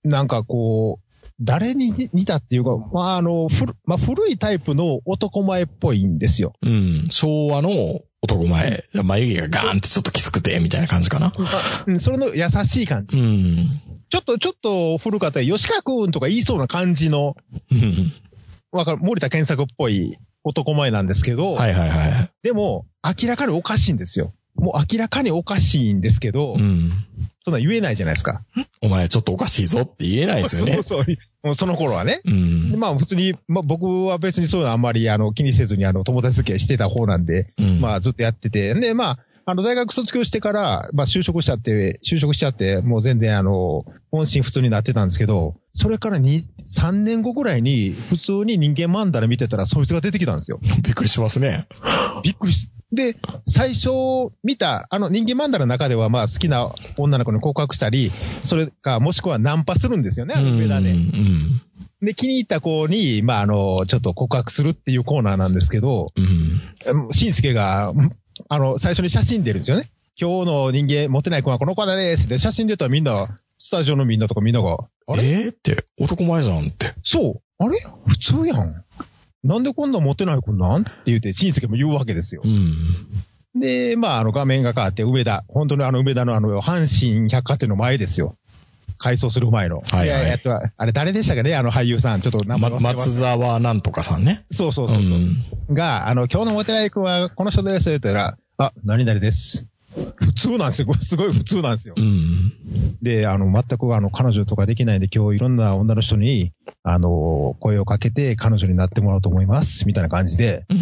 Speaker 3: なんかこう、誰に似たっていうか、まあ、あの、古まあ、古いタイプの男前っぽいんですよ。
Speaker 2: うん。昭和の男前。眉毛がガーンってちょっときつくて、みたいな感じかな。
Speaker 3: うん、それの優しい感じ。
Speaker 2: うん。
Speaker 3: ちょっと、ちょっと古かったり、吉川くんとか言いそうな感じの、
Speaker 2: うん。
Speaker 3: わかる、森田健作っぽい男前なんですけど、
Speaker 2: はいはいは
Speaker 3: でも、明らかにおかしいんですよ。もう明らかにおかしいんですけど、
Speaker 2: い。うん。
Speaker 3: そんなん言えないじゃないですか。
Speaker 2: お前ちょっとおかしいぞって言えないですよね。
Speaker 3: そうそう。もうその頃はね。
Speaker 2: う
Speaker 3: で
Speaker 2: ん。
Speaker 3: まあ普通に、まあ僕は別にそういうのあんまりあの気にせずにあの友達付き合いしてた方なんで、
Speaker 2: うん。
Speaker 3: まあずっとやってて、でまあ、あの大学卒業してから、まあ就職しちゃって、就職しちゃって、もう全然あの、音信不通になってたんですけど、それからに3年後ぐらいに普通に人間マンダラ見てたらそいつが出てきたんですよ。
Speaker 2: びっくりしますね。
Speaker 3: びっくりし、で、最初見た、あの人間マンダラの中ではまあ好きな女の子に告白したり、それかもしくはナンパするんですよね、あの上田
Speaker 2: うん。う
Speaker 3: で。
Speaker 2: ん。
Speaker 3: で、気に入った子に、まああの、ちょっと告白するっていうコーナーなんですけど、
Speaker 2: うん。
Speaker 3: しんすけが、んあの、最初に写真出るんですよね。今日の人間、モテない子はこの子だですって、写真出たらみんな、スタジオのみんなとかみんなが、あれ
Speaker 2: えーって、男前じゃんって。
Speaker 3: そう、あれ普通やん。なんでこんなモテない子なんって言って、しんすけも言うわけですよ
Speaker 2: う。ん。
Speaker 3: で、まあ、あの、画面が変わって、梅田、本当にあの、梅田のあの、阪神百貨店の前ですよ。改装する前の。
Speaker 2: はいはい
Speaker 3: ややっとあれ誰でしたかねあの俳優さん。ちょっと名
Speaker 2: ま
Speaker 3: 前忘れま
Speaker 2: 松
Speaker 3: す。
Speaker 2: 沢なんとかさんね。
Speaker 3: そうそう
Speaker 2: う
Speaker 3: そうそう。
Speaker 2: ん。
Speaker 3: が、あの、今日のモテライ君はこの人ですって言ったら、あ、何々です。普通なんですよ。すごい普通なんですよ
Speaker 2: う。ん。
Speaker 3: で、あの、全くあの、彼女とかできないんで、今日いろんな女の人に、あの、声をかけて彼女になってもらおうと思います。みたいな感じで、
Speaker 2: うん。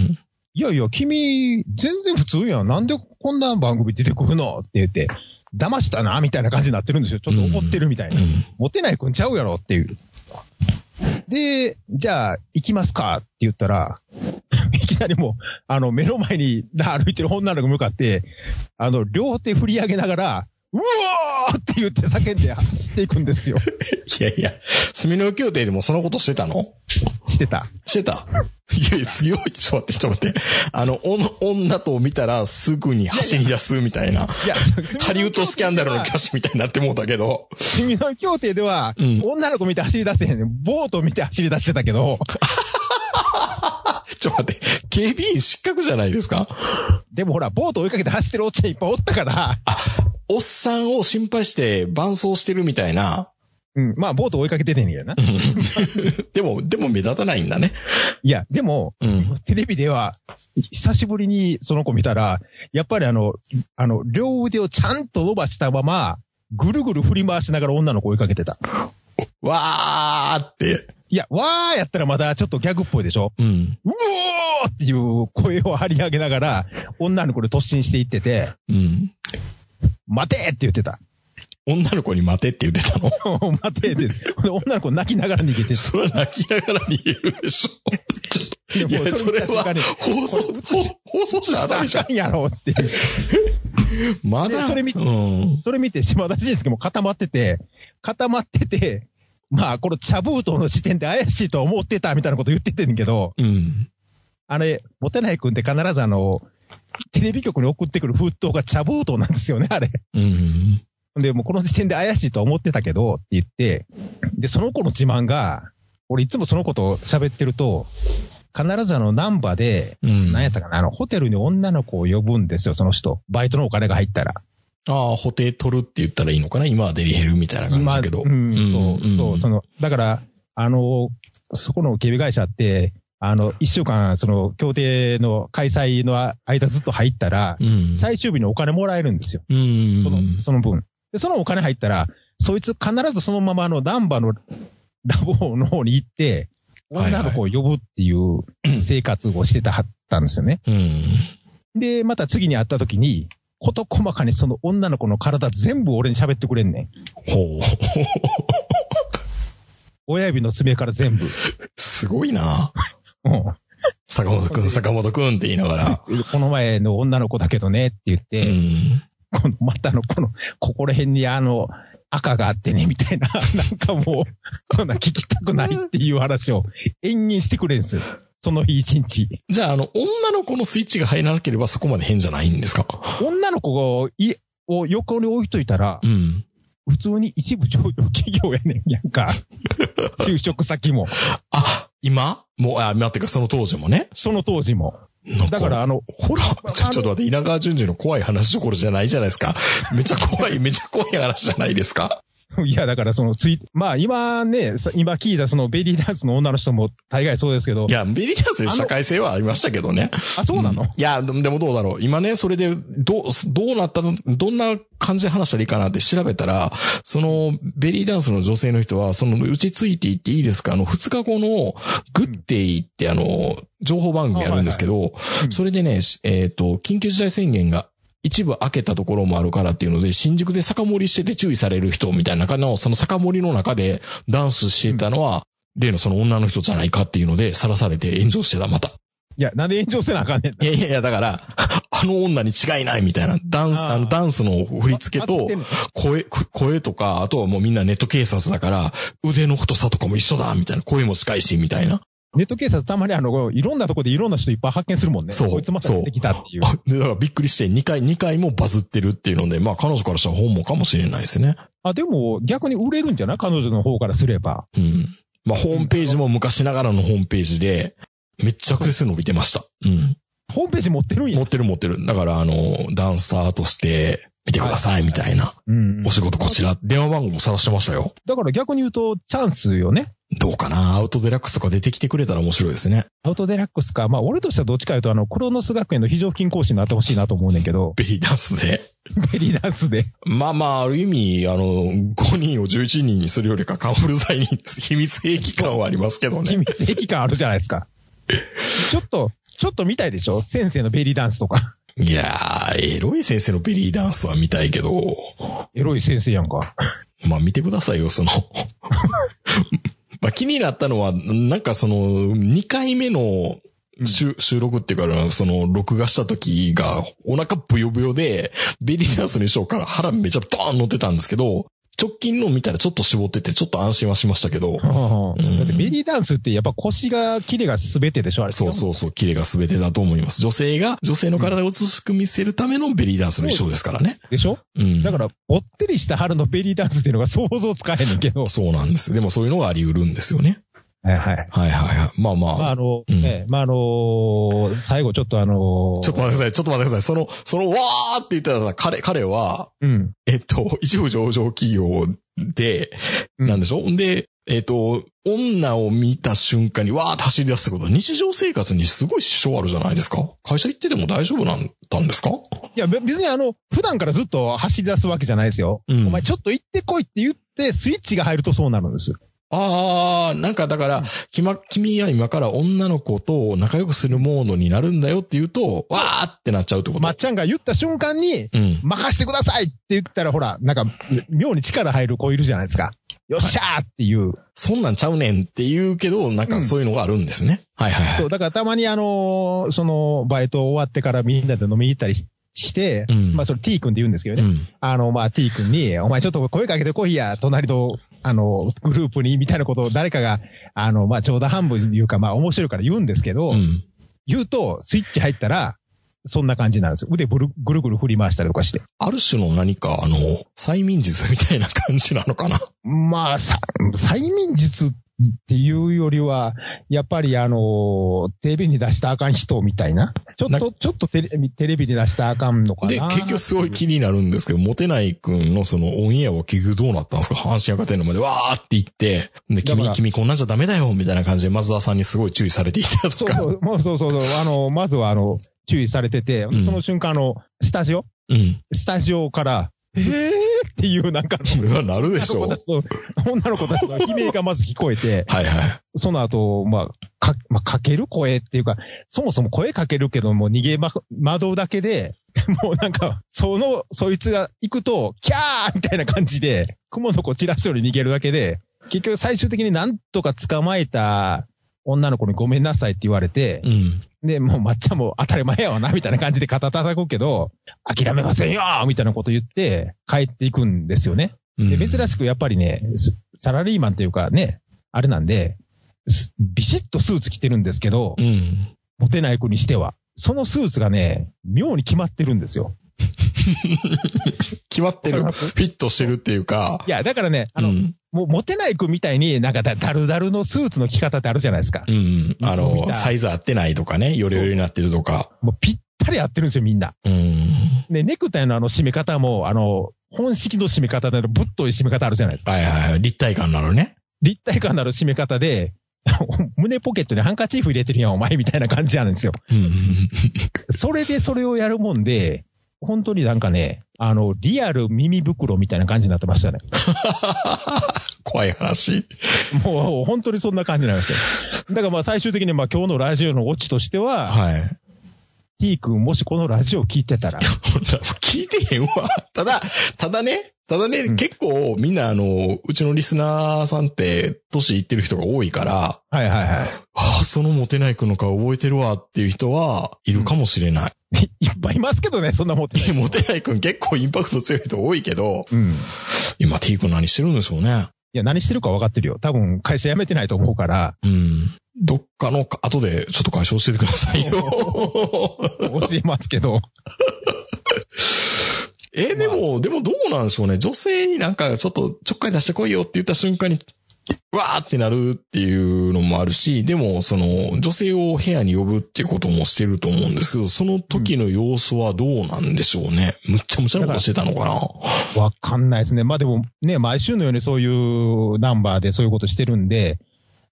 Speaker 3: いやいや、君、全然普通やん。なんでこんな番組出てくるのって言って、騙したな、みたいな感じになってるんですよ。ちょっと怒ってるみたいうな。
Speaker 2: ん。
Speaker 3: モテないくんちゃうやろっていう。で、じゃあ、行きますかって言ったら、 いきなりもう、あの、目の前に歩いてる女の子に向かって、あの、両手振り上げながら、うおーって言って叫んで走っていくんですよ。
Speaker 2: いやいや、住の協定でもそのことしてたの
Speaker 3: してた。
Speaker 2: してた。 いやいや、強い。ちょっと待って、ちょっと待って。あの、おの女と見たらすぐに走り出すみたいな。
Speaker 3: いや、
Speaker 2: ハリウッドスキャンダルの歌詞みたいになってもうたけど。
Speaker 3: 君の協定では、
Speaker 2: うん
Speaker 3: 女の子見て走り出せへんねん。ボート見て走り出してたけど、
Speaker 2: ちょっと待って、警備員失格じゃないですか
Speaker 3: でもほら、ボート追いかけて走ってるおっちゃんいっぱいおったから、
Speaker 2: おっさんを心配して伴走してるみたいな。
Speaker 3: うん、まあ、ボート追いかけててんねんけどな。
Speaker 2: でも、でも目立たないんだね。
Speaker 3: いや、でも、
Speaker 2: うん。
Speaker 3: テレビでは、久しぶりにその子見たら、やっぱりあの、あの、両腕をちゃんと伸ばしたまま、ぐるぐる振り回しながら女の子追いかけてた。
Speaker 2: わーって。
Speaker 3: いや、わーやったらまだちょっとギャグっぽいでしょ
Speaker 2: うん。
Speaker 3: うおーっていう声を張り上げながら、女の子で突進していってて、
Speaker 2: うん。
Speaker 3: 待てって言ってた。
Speaker 2: 女の子に待てって言ってたの
Speaker 3: 待てって。で女の子泣きながら逃げて
Speaker 2: それは泣きながら逃げるでしょ。
Speaker 3: た。
Speaker 2: いや、それは
Speaker 3: もう見た瞬間に
Speaker 2: 放送、
Speaker 3: これ映し
Speaker 2: 放送したらダメじゃ
Speaker 3: あ
Speaker 2: ん。
Speaker 3: かんやろっていう。
Speaker 2: まだ。
Speaker 3: でそれ見て
Speaker 2: うん。
Speaker 3: それ見て島田紳介も固まってて、固まってて、まあ、この茶封筒の時点で怪しいとは思ってたみたいなこと言っててんけど、
Speaker 2: うん。
Speaker 3: あれ、モテない君って必ずあの、テレビ局に送ってくる封筒が茶封筒なんですよね、あれ。
Speaker 2: うん。
Speaker 3: で、もうこの時点で怪しいとは思ってたけど、って言って、で、その子の自慢が、俺いつもその子と喋ってると、必ずあの、ナンバで、
Speaker 2: うん。
Speaker 3: 何やったかな、あの、ホテルに女の子を呼ぶんですよ、その人。バイトのお金が入ったら。
Speaker 2: ああ、補定取るって言ったらいいのかな今はデリヘルみたいな感じだけど。
Speaker 3: うん、そう、そう、そ
Speaker 2: の、
Speaker 3: の、だから、あの、そこの警備会社って、あの、一週間、その、協定の開催の間ずっと入ったら、
Speaker 2: うん。
Speaker 3: 最終日にお金もらえるんですよ。
Speaker 2: うん。
Speaker 3: その、その分。で、そのお金入ったら、そいつ必ずそのままあの、ダンバの ラボの方に行って、
Speaker 2: はいは
Speaker 3: 女
Speaker 2: い
Speaker 3: の子を呼ぶっていう生活をしてたはったんですよね。
Speaker 2: うん。
Speaker 3: で、また次に会った時に、こと細かにその女の子の体全部俺に喋ってくれんねん。
Speaker 2: ほう。
Speaker 3: 親指の爪から全部。
Speaker 2: すごいな。
Speaker 3: うん
Speaker 2: 坂本くん、坂本くんって言いながら。
Speaker 3: この前の女の子だけどねって言っ
Speaker 2: う
Speaker 3: て、
Speaker 2: ん。
Speaker 3: このまたあの、この、ここら辺にあの、赤があってね、みたいな、 なんかもう、そんな聞きたくないっていう話を延々してくれるんですよ。その日一日。
Speaker 2: じゃあ、あの、女の子のスイッチが入らなければそこまで変じゃないんですか
Speaker 3: 女の子を、い、を横に置いといたら
Speaker 2: う、ん。
Speaker 3: 普通に一部上場企業やねん、なんか。就職先も。
Speaker 2: あ、今もう、あ、待ってか、その当時もね。
Speaker 3: その当時も。
Speaker 2: なん
Speaker 3: だから、あの、
Speaker 2: ほら、
Speaker 3: まあ
Speaker 2: ちょ、ちょっと待って、稲川淳二の怖い話どころじゃないじゃないですか。めちゃ怖い、めちゃ怖い話じゃないですか。
Speaker 3: いや、だからそのツイ、まあ今ね、さ今聞いたそのベリーダンスの女の人も大概そうですけど
Speaker 2: い、や、ベリーダンスに社会性はありましたけどね。
Speaker 3: あ、そうなの、
Speaker 2: んいや、でもでもどうだろう。今ね、それで、どう、どうなったの、どんな感じで話したらいいかなって調べたら、その、ベリーダンスの女性の人は、その、うちついていっていいですかあの、二日後の、グッデイってあの、情報番組あるんですけど
Speaker 3: いは、い
Speaker 2: それでね、えっと、緊急事態宣言が、一部開けたところもあるからっていうので、新宿で酒盛りしてて注意される人みたいな中の、その酒盛りの中でダンスしてたのは、例のその女の人じゃないかっていうので、さらされて炎上してた、また。
Speaker 3: いや、なんで炎上せなあかんねん。
Speaker 2: いやいやいや、だから、あの女に違いないみたいな、ダンス、
Speaker 3: あ
Speaker 2: あ
Speaker 3: ー
Speaker 2: の、ダンスの振り付け
Speaker 3: ああ
Speaker 2: と
Speaker 3: ってん、の
Speaker 2: 声、く声とか、あとはもうみんなネット警察だから、腕の太さとかも一緒だ、みたいな、声も近いし、みたいな。
Speaker 3: ネット警察たまにあの、いろんなとこでいろんな人いっぱい発見するもんね。
Speaker 2: そう
Speaker 3: こいつまた出てきたっていう。
Speaker 2: あで、だからびっくりして、2回、2回もバズってるっていうので、まあ彼女からしたら本望かもしれないですね。
Speaker 3: あ、でも逆に売れるんじゃない彼女の方からすれば。
Speaker 2: うん。まあホームページも昔ながらのホームページで、めっちゃアクセス伸びてました。うん。
Speaker 3: ホームページ持ってるんや
Speaker 2: 持。ってる持ってる。だから、あの、ダンサーとして、見てください、みたいな。
Speaker 3: うん
Speaker 2: お。仕事こちら。電話番号も晒してましたよ。
Speaker 3: だから逆に言うと、チャンスよね。
Speaker 2: どうかなアウトデラックスとか出てきてくれたら面白いですね。
Speaker 3: アウトデラックスか。まあ、俺としてはどっちか言うと、あの、クロノス学園の非常勤講師になってほしいなと思うねんけ ど、
Speaker 2: ベリーダンスで。
Speaker 3: ベリーダンスで。
Speaker 2: まあまあ、ある意味、あの、5人を11人にするよりか、カンフル剤に秘密兵器感はありますけど
Speaker 3: 秘
Speaker 2: ね。
Speaker 3: 密兵器感あるじゃないですか。ちょっと、ちょっと見たいでしょ先生のベリーダンスとか。
Speaker 2: いやー、エロい先生のベリーダンスは見たいけど、
Speaker 3: エロい先生やんか。
Speaker 2: まあ見てくださいよ、その。 まあ気になったのは、なんかその、2回目の収収録っていうから、その、録画した時が、お腹ブヨブヨで、ベリーダンスの衣装から腹めちゃドーン乗ってたんですけど、直近の見たらちょっと絞ってて、ちょっと安心はしましたけど、ん
Speaker 3: だってベリーダンスってやっぱ腰が、キレが全てでしょあれ。
Speaker 2: そうそうそう、キレが全てだと思います。女性が、女性の体を美しく見せるためのベリーダンスの衣装ですからね。
Speaker 3: でしょ
Speaker 2: うん。
Speaker 3: だから、ぼってりした春のベリーダンスっていうのが想像つかへんねんけど。
Speaker 2: そうなんです。でもそういうのがあり得るんですよね。
Speaker 3: はいはい。
Speaker 2: はいはいはい。まあまあ。
Speaker 3: まあ、あの、
Speaker 2: うん
Speaker 3: ね、まあ、あのー最後ちょっとあのー
Speaker 2: ちょっと待ってください、ちょっと待ってください。その、その、わーって言ったら、彼、彼は、
Speaker 3: うん。
Speaker 2: えっと、一部上場企業で、
Speaker 3: うん
Speaker 2: なんでしょんで、えっと、女を見た瞬間にわーって走り出すってことは日常生活にすごい支障あるじゃないですか。会社行ってても大丈夫なんだんですか
Speaker 3: いや、べ別にあの、普段からずっと走り出すわけじゃないですよ。
Speaker 2: うん
Speaker 3: お前ちょっと行ってこいって言って、スイッチが入るとそうなるんです。
Speaker 2: あー、なんかだから、きま、君は今から女の子と仲良くするモードになるんだよって言うと、わーってなっちゃうってこと。
Speaker 3: まっちゃんが言った瞬間に、
Speaker 2: うん。
Speaker 3: 任してくださいって言ったら、ほら、なんか、妙に力入る子いるじゃないですか。よっしゃーっていう。
Speaker 2: そんなんちゃうねんって言うけど、なんかそういうのがあるんですね。はいはいはい
Speaker 3: そう、。だからたまにあのーその、バイト終わってからみんなで飲みに行ったりしして、
Speaker 2: うん
Speaker 3: まあそれ T 君で言うんですけどね。
Speaker 2: うん
Speaker 3: あの、まあ、T 君に、お前ちょっと声かけてこいや、隣の、あの、グループに、みたいなことを誰かが、あの、まあ、冗談半分言うか、まあ、面白いから言うんですけど、
Speaker 2: うん。
Speaker 3: 言うと、スイッチ入ったら、そんな感じなんですよ。腕ぐるぐるぐる振り回したりとかして。
Speaker 2: ある種の何か、あの、催眠術みたいな感じなのかな。
Speaker 3: まあ、さ催眠術っていうよりは、やっぱりあの、テレビに出したらあかん人みたいな。ちょっ
Speaker 2: な
Speaker 3: と、ちょっとテレテレビに出したらあかんのかな。
Speaker 2: で、結局すごい気になるんですけど、モテないくんのそのオンエアは結局どうなったんですか阪神赤点のまでわーって言って、で、
Speaker 3: だか
Speaker 2: 君、
Speaker 3: ら
Speaker 2: 君こんなんじゃダメだよみたいな感じで松田さんにすごい注意されていたと
Speaker 3: そう
Speaker 2: か。
Speaker 3: そうう、もうそうそうそう、あの、まずはあの、注意されてて、
Speaker 2: ん
Speaker 3: その瞬間あの、スタジオ
Speaker 2: ん。
Speaker 3: スタジオから、えーっていうなんかあの、
Speaker 2: うわ なるで
Speaker 3: 女
Speaker 2: し
Speaker 3: の
Speaker 2: ょ
Speaker 3: 子
Speaker 2: う。は
Speaker 3: たちの、女の子たちの悲鳴がまず聞こえて、
Speaker 2: いはい。
Speaker 3: その後、まあ、か、まあ、かける声っていうか、そもそも声かけるけども、逃げま、窓だけで、 もうなんか、その、そいつが行くと、キャーみたいな感じで、雲の子散らすより逃げるだけで、結局最終的になんとか捕まえた女の子にごめんなさいって言われて、
Speaker 2: うん。
Speaker 3: で、もう抹茶も当たり前やわな、みたいな感じで肩叩くけど、諦めませんよみたいなこと言って、帰っていくんですよね。
Speaker 2: うん
Speaker 3: で、珍しくやっぱりね、スサラリーマンというかね、あれなんで、すビシッとスーツ着てるんですけど
Speaker 2: う、ん。
Speaker 3: モテない子にしては。そのスーツがね、妙に決まってるんですよ。
Speaker 2: 決まってる。
Speaker 3: わ
Speaker 2: フ
Speaker 3: かります
Speaker 2: ィットしてるっていうか
Speaker 3: い。や、だからね、あ
Speaker 2: う
Speaker 3: の、
Speaker 2: ん。
Speaker 3: もうモテない子みたいになんかだだるだるのスーツの着方ってあるじゃないですか
Speaker 2: う。ん。あ
Speaker 3: 見
Speaker 2: の、
Speaker 3: た
Speaker 2: サイズ合ってないとかね、よれよれになってるとか。
Speaker 3: もうぴったり合ってるんですよ、みんな。
Speaker 2: うん。
Speaker 3: で、ネクタイのあの締め方も、あの、本式の締め方でのぶっとい締め方あるじゃないですか。
Speaker 2: はいはいはい。立体感なのね。
Speaker 3: 立体感のある締め方で、 胸ポケットにハンカチーフ入れてるやん、お前みたいな感じなんですよ。
Speaker 2: うん。
Speaker 3: それでそれをやるもんで、本当になんかね、あの、リアル耳袋みたいな感じになってましたね。
Speaker 2: 怖い話。
Speaker 3: もう本当にそんな感じになりましたよだからまあ最終的にまあ今日のラジオのオチとしては、
Speaker 2: はい。
Speaker 3: T 君もしこのラジオを聞いてたら、
Speaker 2: こんなの聞いてへんわ。 ただ、ただね、ただね、
Speaker 3: うん
Speaker 2: 結構みんなあの、うちのリスナーさんって、年いってる人が多いから、
Speaker 3: はいはいは
Speaker 2: ああ、そのモテない子の顔覚えてるわっていう人はいるかもしれない。
Speaker 3: い。いっぱいいますけどね、そんな持ってないい。
Speaker 2: やモテない君結構インパクト強い人多いけど、
Speaker 3: うん。い
Speaker 2: 今 T 君何してるんでしょうね。
Speaker 3: や、何してるか分かってるよ。多分会社辞めてないと思うから、
Speaker 2: うん。どっかの、後でちょっと解消しててください よ。
Speaker 3: 教えますけど。
Speaker 2: え、でも、でもどうなんでしょうね。女性になんかちょっとちょっかい出してこいよって言った瞬間に、わーってなるっていうのもあるし、でも、その、女性を部屋に呼ぶっていうこともしてると思うんですけど、その時の様子はどうなんでしょうね。むっちゃむちゃなことしてたのかな。
Speaker 3: わかんないですね。まあでもね、毎週のようにそういうナンバーでそういうことしてるんで、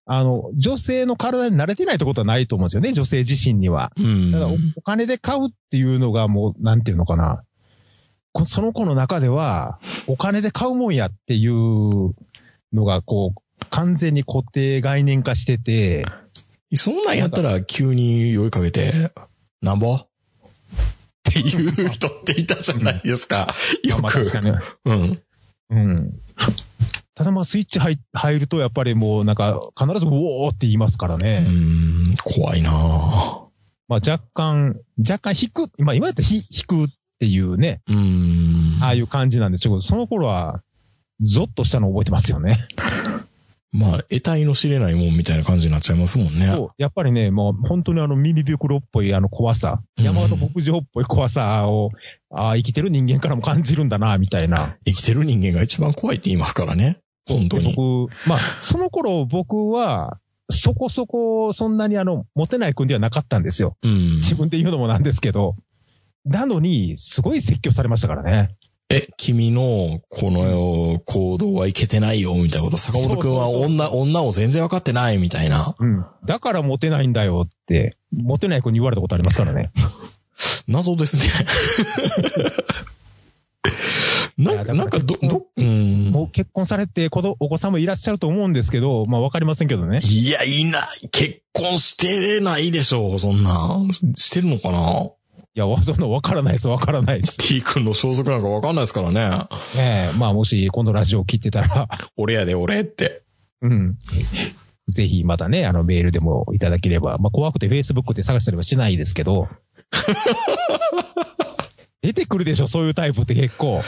Speaker 3: あの、女性の体に慣れてないってことはないと思うんですよね、女性自身には。
Speaker 2: うん。
Speaker 3: ただお、お金で買うっていうのがもう、なんていうのかな。こその子の中では、お金で買うもんやっていうのが、こう、完全に固定概念化してて、
Speaker 2: そんなんやったら急に酔いかけて、なんぼっていう人っていたじゃないですか。よ
Speaker 3: まあ確か
Speaker 2: く。
Speaker 3: に。
Speaker 2: うん。
Speaker 3: うん。ただまあスイッチ入入るとやっぱりもうなんか必ずウォーって言いますから
Speaker 2: う
Speaker 3: ね。
Speaker 2: ん、怖いなぁ
Speaker 3: まあ若干、若干引く、まあ今やったらひ引くっていうね、
Speaker 2: うん。
Speaker 3: ああいう感じなんですけど、その頃は、ゾッとしたのを覚えてますよね。
Speaker 2: まあ、得体の知れないもんみたいな感じになっちゃいますもんね。
Speaker 3: そう。やっぱりね、もう本当にあの耳袋っぽいあの怖さ、
Speaker 2: うん
Speaker 3: 山形牧場っぽい怖さを、ああ、生きてる人間からも感じるんだな、みたいな。
Speaker 2: 生きてる人間が一番怖いって言いますからね。本当
Speaker 3: で
Speaker 2: に。
Speaker 3: 僕、まあ、その頃僕は、そこそこ、そんなにあの、モテない君ではなかったんですよ。
Speaker 2: うん。
Speaker 3: 自分で言うのもなんですけど。なのに、すごい説教されましたからね。
Speaker 2: え、君のこの行動はいけてないよ、みたいなこと。坂本くんは
Speaker 3: そうそうそう
Speaker 2: 女、女を全然分かってないみたいな。
Speaker 3: うん。だからモテないんだよって、モテない子に言われたことありますからね。
Speaker 2: 謎ですね。なんか、
Speaker 3: いやだから
Speaker 2: なんかど、ど、うん。
Speaker 3: もう結婚されて、子ど、お子さんもいらっしゃると思うんですけど、まあわかりませんけどね。
Speaker 2: いや、いない。結婚してないでしょう、そんな。ししてるのかない
Speaker 3: や、わそんなわからないです、わからな いです。
Speaker 2: ?T 君の消息なんか分かんないですからね。
Speaker 3: ねえ、まあもし今度ラジオを聞いてたら、
Speaker 2: 俺やで、俺って。
Speaker 3: うん。ぜひまたね、あのメールでもいただければ、まあ怖くて Facebook で探したりはしないですけ ど。出てくるでしょ、そういうタイプって結構。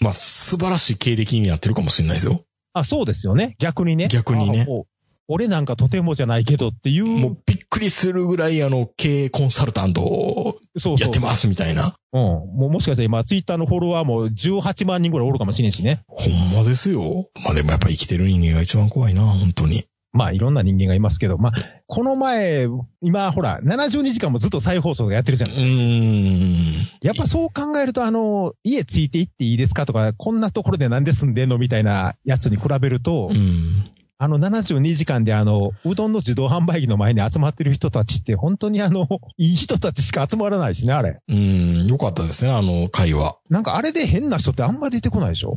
Speaker 2: まあ、素晴らしい経歴になってるかもしれないですよ。
Speaker 3: あ、そうですよね。逆にね。
Speaker 2: 逆にね
Speaker 3: あ。もう俺なんかとてもじゃないけどっていう。
Speaker 2: もうびっくりするぐらい、あの、経営コンサルタントを
Speaker 3: そうそ
Speaker 2: や
Speaker 3: う。
Speaker 2: ってますみたいな。
Speaker 3: うん。もうもしかしたら今、ツイッターのフォロワーも18万人ぐらいおるかもしれんしね。
Speaker 2: ほんまですよ。まあでもやっぱ生きてる人間が一番怖いな、本当に。
Speaker 3: まあいろんな人間がいますけど、まあ、この前、今ほら、72時間もずっと再放送がやってるじゃ。
Speaker 2: うんーん。
Speaker 3: やっぱそう考えると、あの、家ついていっていいですかとか、こんなところでなんで住んでんのみたいなやつに比べると、
Speaker 2: うん。
Speaker 3: あの72時間であの、うどんの自動販売機の前に集まってる人たちって、本当にあの、いい人たちしか集まらないですね、あれ。
Speaker 2: うん。よかったですね、あの会話。
Speaker 3: なんかあれで変な人ってあんま出てこないでしょ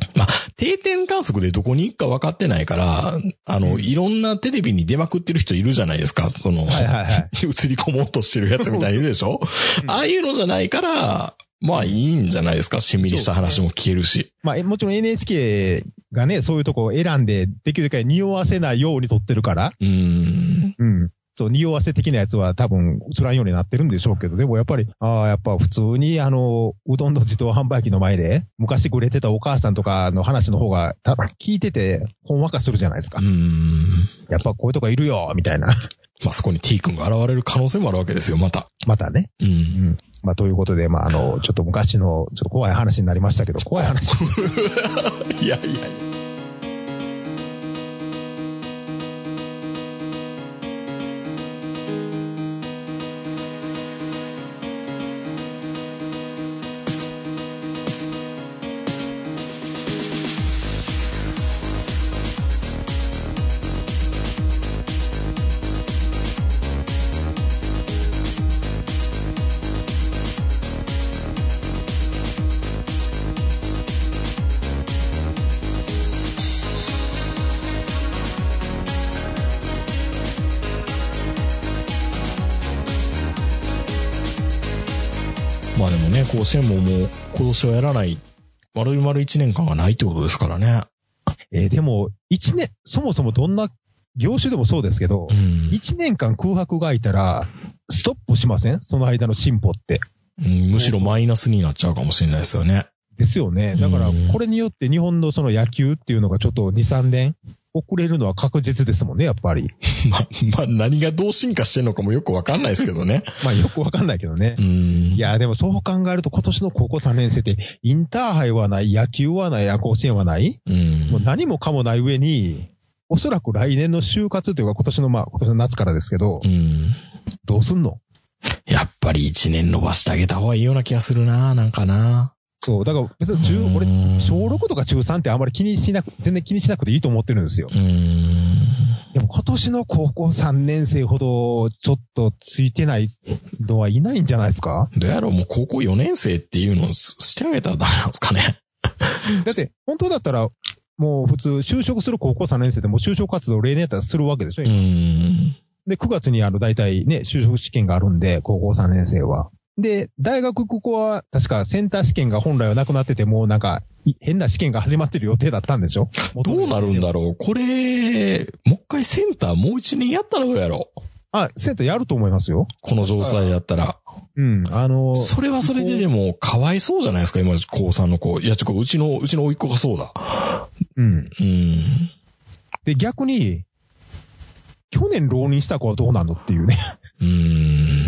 Speaker 2: 定点観測でどこに行くか分かってないから、あの、いろんなテレビに出まくってる人いるじゃないですか、その、
Speaker 3: はいはいはい。
Speaker 2: 映り込もうとしてるやつみたいにいるでしょ、
Speaker 3: うん
Speaker 2: ああいうのじゃないから、まあいいんじゃないですか。しんみりした話も消えるし。
Speaker 3: まあ、えもちろん NHK がね、そういうとこを選んで、できるだけ匂わせないように撮ってるから、
Speaker 2: うーん。
Speaker 3: うん。そう、匂わせ的なやつは多分映らんようになってるんでしょうけど、でもやっぱり、ああ、やっぱ普通に、あの、うどんの自動販売機の前で、昔くれてたお母さんとかの話の方が、多分聞いてて、ほんわかするじゃないです
Speaker 2: う
Speaker 3: か
Speaker 2: ー。ん。
Speaker 3: やっぱこういうとこいるよ、みたいな。
Speaker 2: まあそこに T 君が現れる可能性もあるわけですよ、また。
Speaker 3: またね。
Speaker 2: う。
Speaker 3: うん ん。まあ、ということで、まあ、あの、ちょっと昔の、ちょっと怖い話になりましたけど、怖い話。
Speaker 2: いやいやいや。まあでもね、甲子園ももう今年はやらない、丸々1年間がないってことですからね。
Speaker 3: えーでも、一年、そもそもどんな業種でもそうですけど
Speaker 2: う、ん。
Speaker 3: 一年間空白が空いたら、ストップしませんその間の進歩って。
Speaker 2: うんむしろマイナスになっちゃうかもしれないですよね。
Speaker 3: ですよね。だから
Speaker 2: うん、
Speaker 3: これによって日本のその野球っていうのがちょっと2、3年遅れるのは確実ですもんね、やっぱり。
Speaker 2: まあ、まあ何がどう進化してんのかもよくわかんないですけど ね。
Speaker 3: まあよくわかんないけどね
Speaker 2: う。ん。
Speaker 3: いや、でもそう考えると今年の高校3年生って、インターハイはない、野球はない、甲子園はない、
Speaker 2: うん。
Speaker 3: もう何もかもない上に、おそらく来年の就活というか今年のまあ今年の夏からですけど
Speaker 2: う、ん。
Speaker 3: どうすんの
Speaker 2: やっぱり一年伸ばしてあげた方がいいような気がするななんかな
Speaker 3: そう、だから別に中
Speaker 2: うん
Speaker 3: 俺、小6とか中3ってあんまり気にしなく、全然気にしなくていいと思ってるんですよ。
Speaker 2: うん。
Speaker 3: でも今年の高校3年生ほど、ちょっとついてないのはいないんじゃないですか
Speaker 2: どうやろうもう高校4年生っていうのをししてあげたらダメなんですかね。
Speaker 3: だって、本当だったら、もう普通、就職する高校3年生でもう就職活動例年やったらするわけでしょ、
Speaker 2: うん。
Speaker 3: で、9月にあの、大体ね、就職試験があるんで、高校3年生は。で、大学ここは、確かセンター試験が本来はなくなってて、もうなんか、い変な試験が始まってる予定だったんでしょ
Speaker 2: どうなるんだろうこれ、もう一回センターもう一年やったらどうやろう
Speaker 3: あ、センターやると思いますよ。
Speaker 2: この状態だったら。
Speaker 3: うん、あの、
Speaker 2: それはそれででも、かわいそうじゃないですか今、高3の子。いや、ちょっとうちの、うちの甥っ子がそうだ。
Speaker 3: うん。
Speaker 2: うん。
Speaker 3: で、逆に、去年浪人した子はどうなんのっていうね。
Speaker 2: うーん。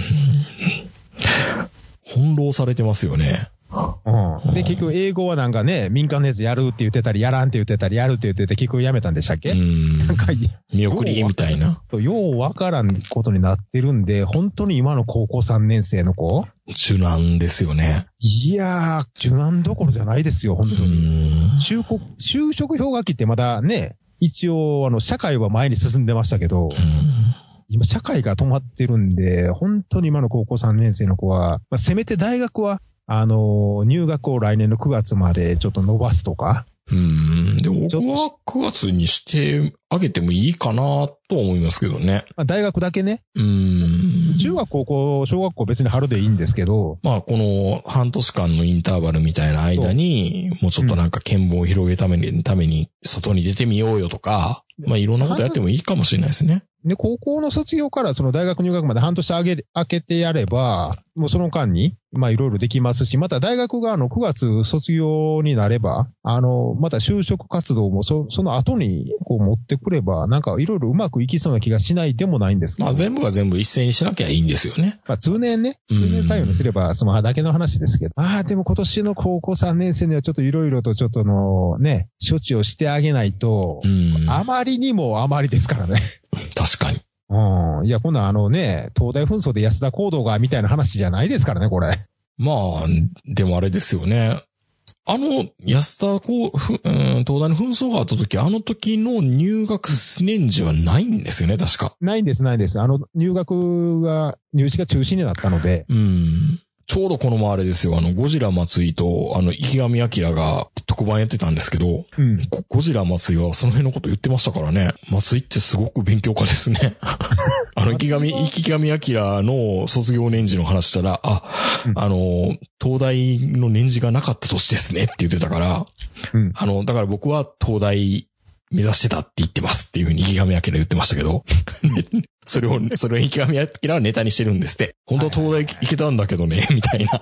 Speaker 2: 翻弄されてますよね。
Speaker 3: うん で、結局英語はなんかね、民間のやつやるって言ってたり、やらんって言ってたり、やるって言ってて、結局やめたんでしたっ
Speaker 2: う
Speaker 3: け、
Speaker 2: ん
Speaker 3: なん。かい、
Speaker 2: 見送りみたいな。
Speaker 3: ようわからんことになってるんで、本当に今の高校3年生の子
Speaker 2: 柔軟ですよね。
Speaker 3: いやー、受難どころじゃないですよ、本
Speaker 2: う
Speaker 3: 当に。
Speaker 2: ん。
Speaker 3: 就職、就職氷河期ってまだね、一応、あの、社会は前に進んでましたけど、
Speaker 2: うん
Speaker 3: 今、社会が止まってるんで、本当に今の高校3年生の子は、まあ、せめて大学は、あのー入学を来年の9月までちょっと伸ばすとか、
Speaker 2: うん。で、僕
Speaker 3: ちょ
Speaker 2: は9月にしてあげてもいいかなと思いますけどね。
Speaker 3: まあ、大学だけね、
Speaker 2: うん。
Speaker 3: 中学、高校、小学校別に春でいいんですけど、
Speaker 2: まあ、この半年間のインターバルみたいな間に、もうちょっとなんか見望を広げるために、ために外に出てみようよとか、まあ、いろんなことやってもいいかもしれないですね。
Speaker 3: で、高校の卒業からその大学入学まで半年あげ、開けてやれば、もうその間に、まあいろいろできますし、また大学があの9月卒業になれば、あの、また就職活動もそその後にこう持ってくれば、なんかいろいろうまくいきそうな気がしないでもないんですけど。
Speaker 2: まあ、全部が全部一斉にしなきゃいいんですよね。
Speaker 3: まあ、通年ね、
Speaker 2: うん
Speaker 3: 通年採用にすれば、そのだけの話ですけど、ああ、でも今年の高校3年生にはちょっといろいろとちょっとのね、処置をしてあげないと
Speaker 2: う、ん。
Speaker 3: あまりにもあまりですからね。
Speaker 2: 確かに。
Speaker 3: うん。いや、こんなんあのね、東大紛争で安田行動がみたいな話じゃないですからね、これ。
Speaker 2: まあ、でもあれですよね。あの、安田こう、ふうん、東大の紛争があった時、あの時の入学年次はないんですよね、確か。
Speaker 3: ないんです、ないんです。あの、入学が、入試が中止になったので、
Speaker 2: うん。ちょうどこの前あれですよ、あの、ゴジラ松井と、あの、池上彰が特番やってたんですけど、
Speaker 3: うん。
Speaker 2: ゴゴジラ松井はその辺のこと言ってましたからね。松井ってすごく勉強家です ね。あの、池上、池上彰の卒業年次の話したら、あ
Speaker 3: う、ん
Speaker 2: あの、東大の年次がなかった年ですねって言ってたから、
Speaker 3: うん
Speaker 2: あの、だから僕は東大目指してたって言ってますっていうふうに池上彰言ってましたけど、 それを、それを池上彰はネタにしてるんですって。本当は東大行けたんだけどね、みたいな。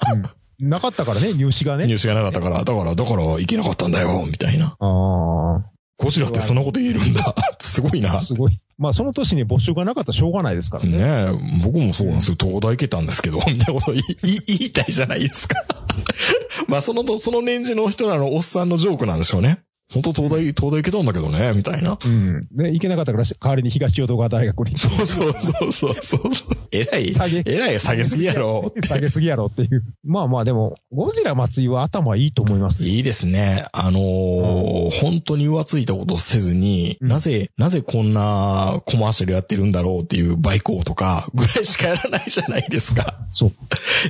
Speaker 3: なかったからね、入試が
Speaker 2: ニュ
Speaker 3: ね。
Speaker 2: ースがなかったから、だから、だから行けなかったんだよ、みたいな。
Speaker 3: あ
Speaker 2: ゴジラってそんなこと言えるん だ。すごいな
Speaker 3: あ、。すごい。まあ、その年に募集がなかったらしょうがないですからね。
Speaker 2: ねえ、僕もそうなんですよ。東大行けたんですけど、み たいなこと言い言い言いたいじゃないですか。 まあ、そのと、その年次の人らのおっさんのジョークなんでしょうね。本当東大、東大行けたんだけどね、みたいな。
Speaker 3: うん。ね、行けなかったから、代わりに東淀川大学に。
Speaker 2: そうそうそうそう そうそう。えらい、
Speaker 3: 下げ、
Speaker 2: えらい下げすぎやろ。
Speaker 3: 下げすぎやろっていう。 まあまあ、でも、ゴジラ松井は頭いいと思いますよ。
Speaker 2: いいですね。あのー本当に浮ついたことをせずに、
Speaker 3: うん
Speaker 2: なぜ、なぜこんなコマーシャルやってるんだろうっていうバイク王とかぐらいしかやらないじゃないですか。
Speaker 3: そう。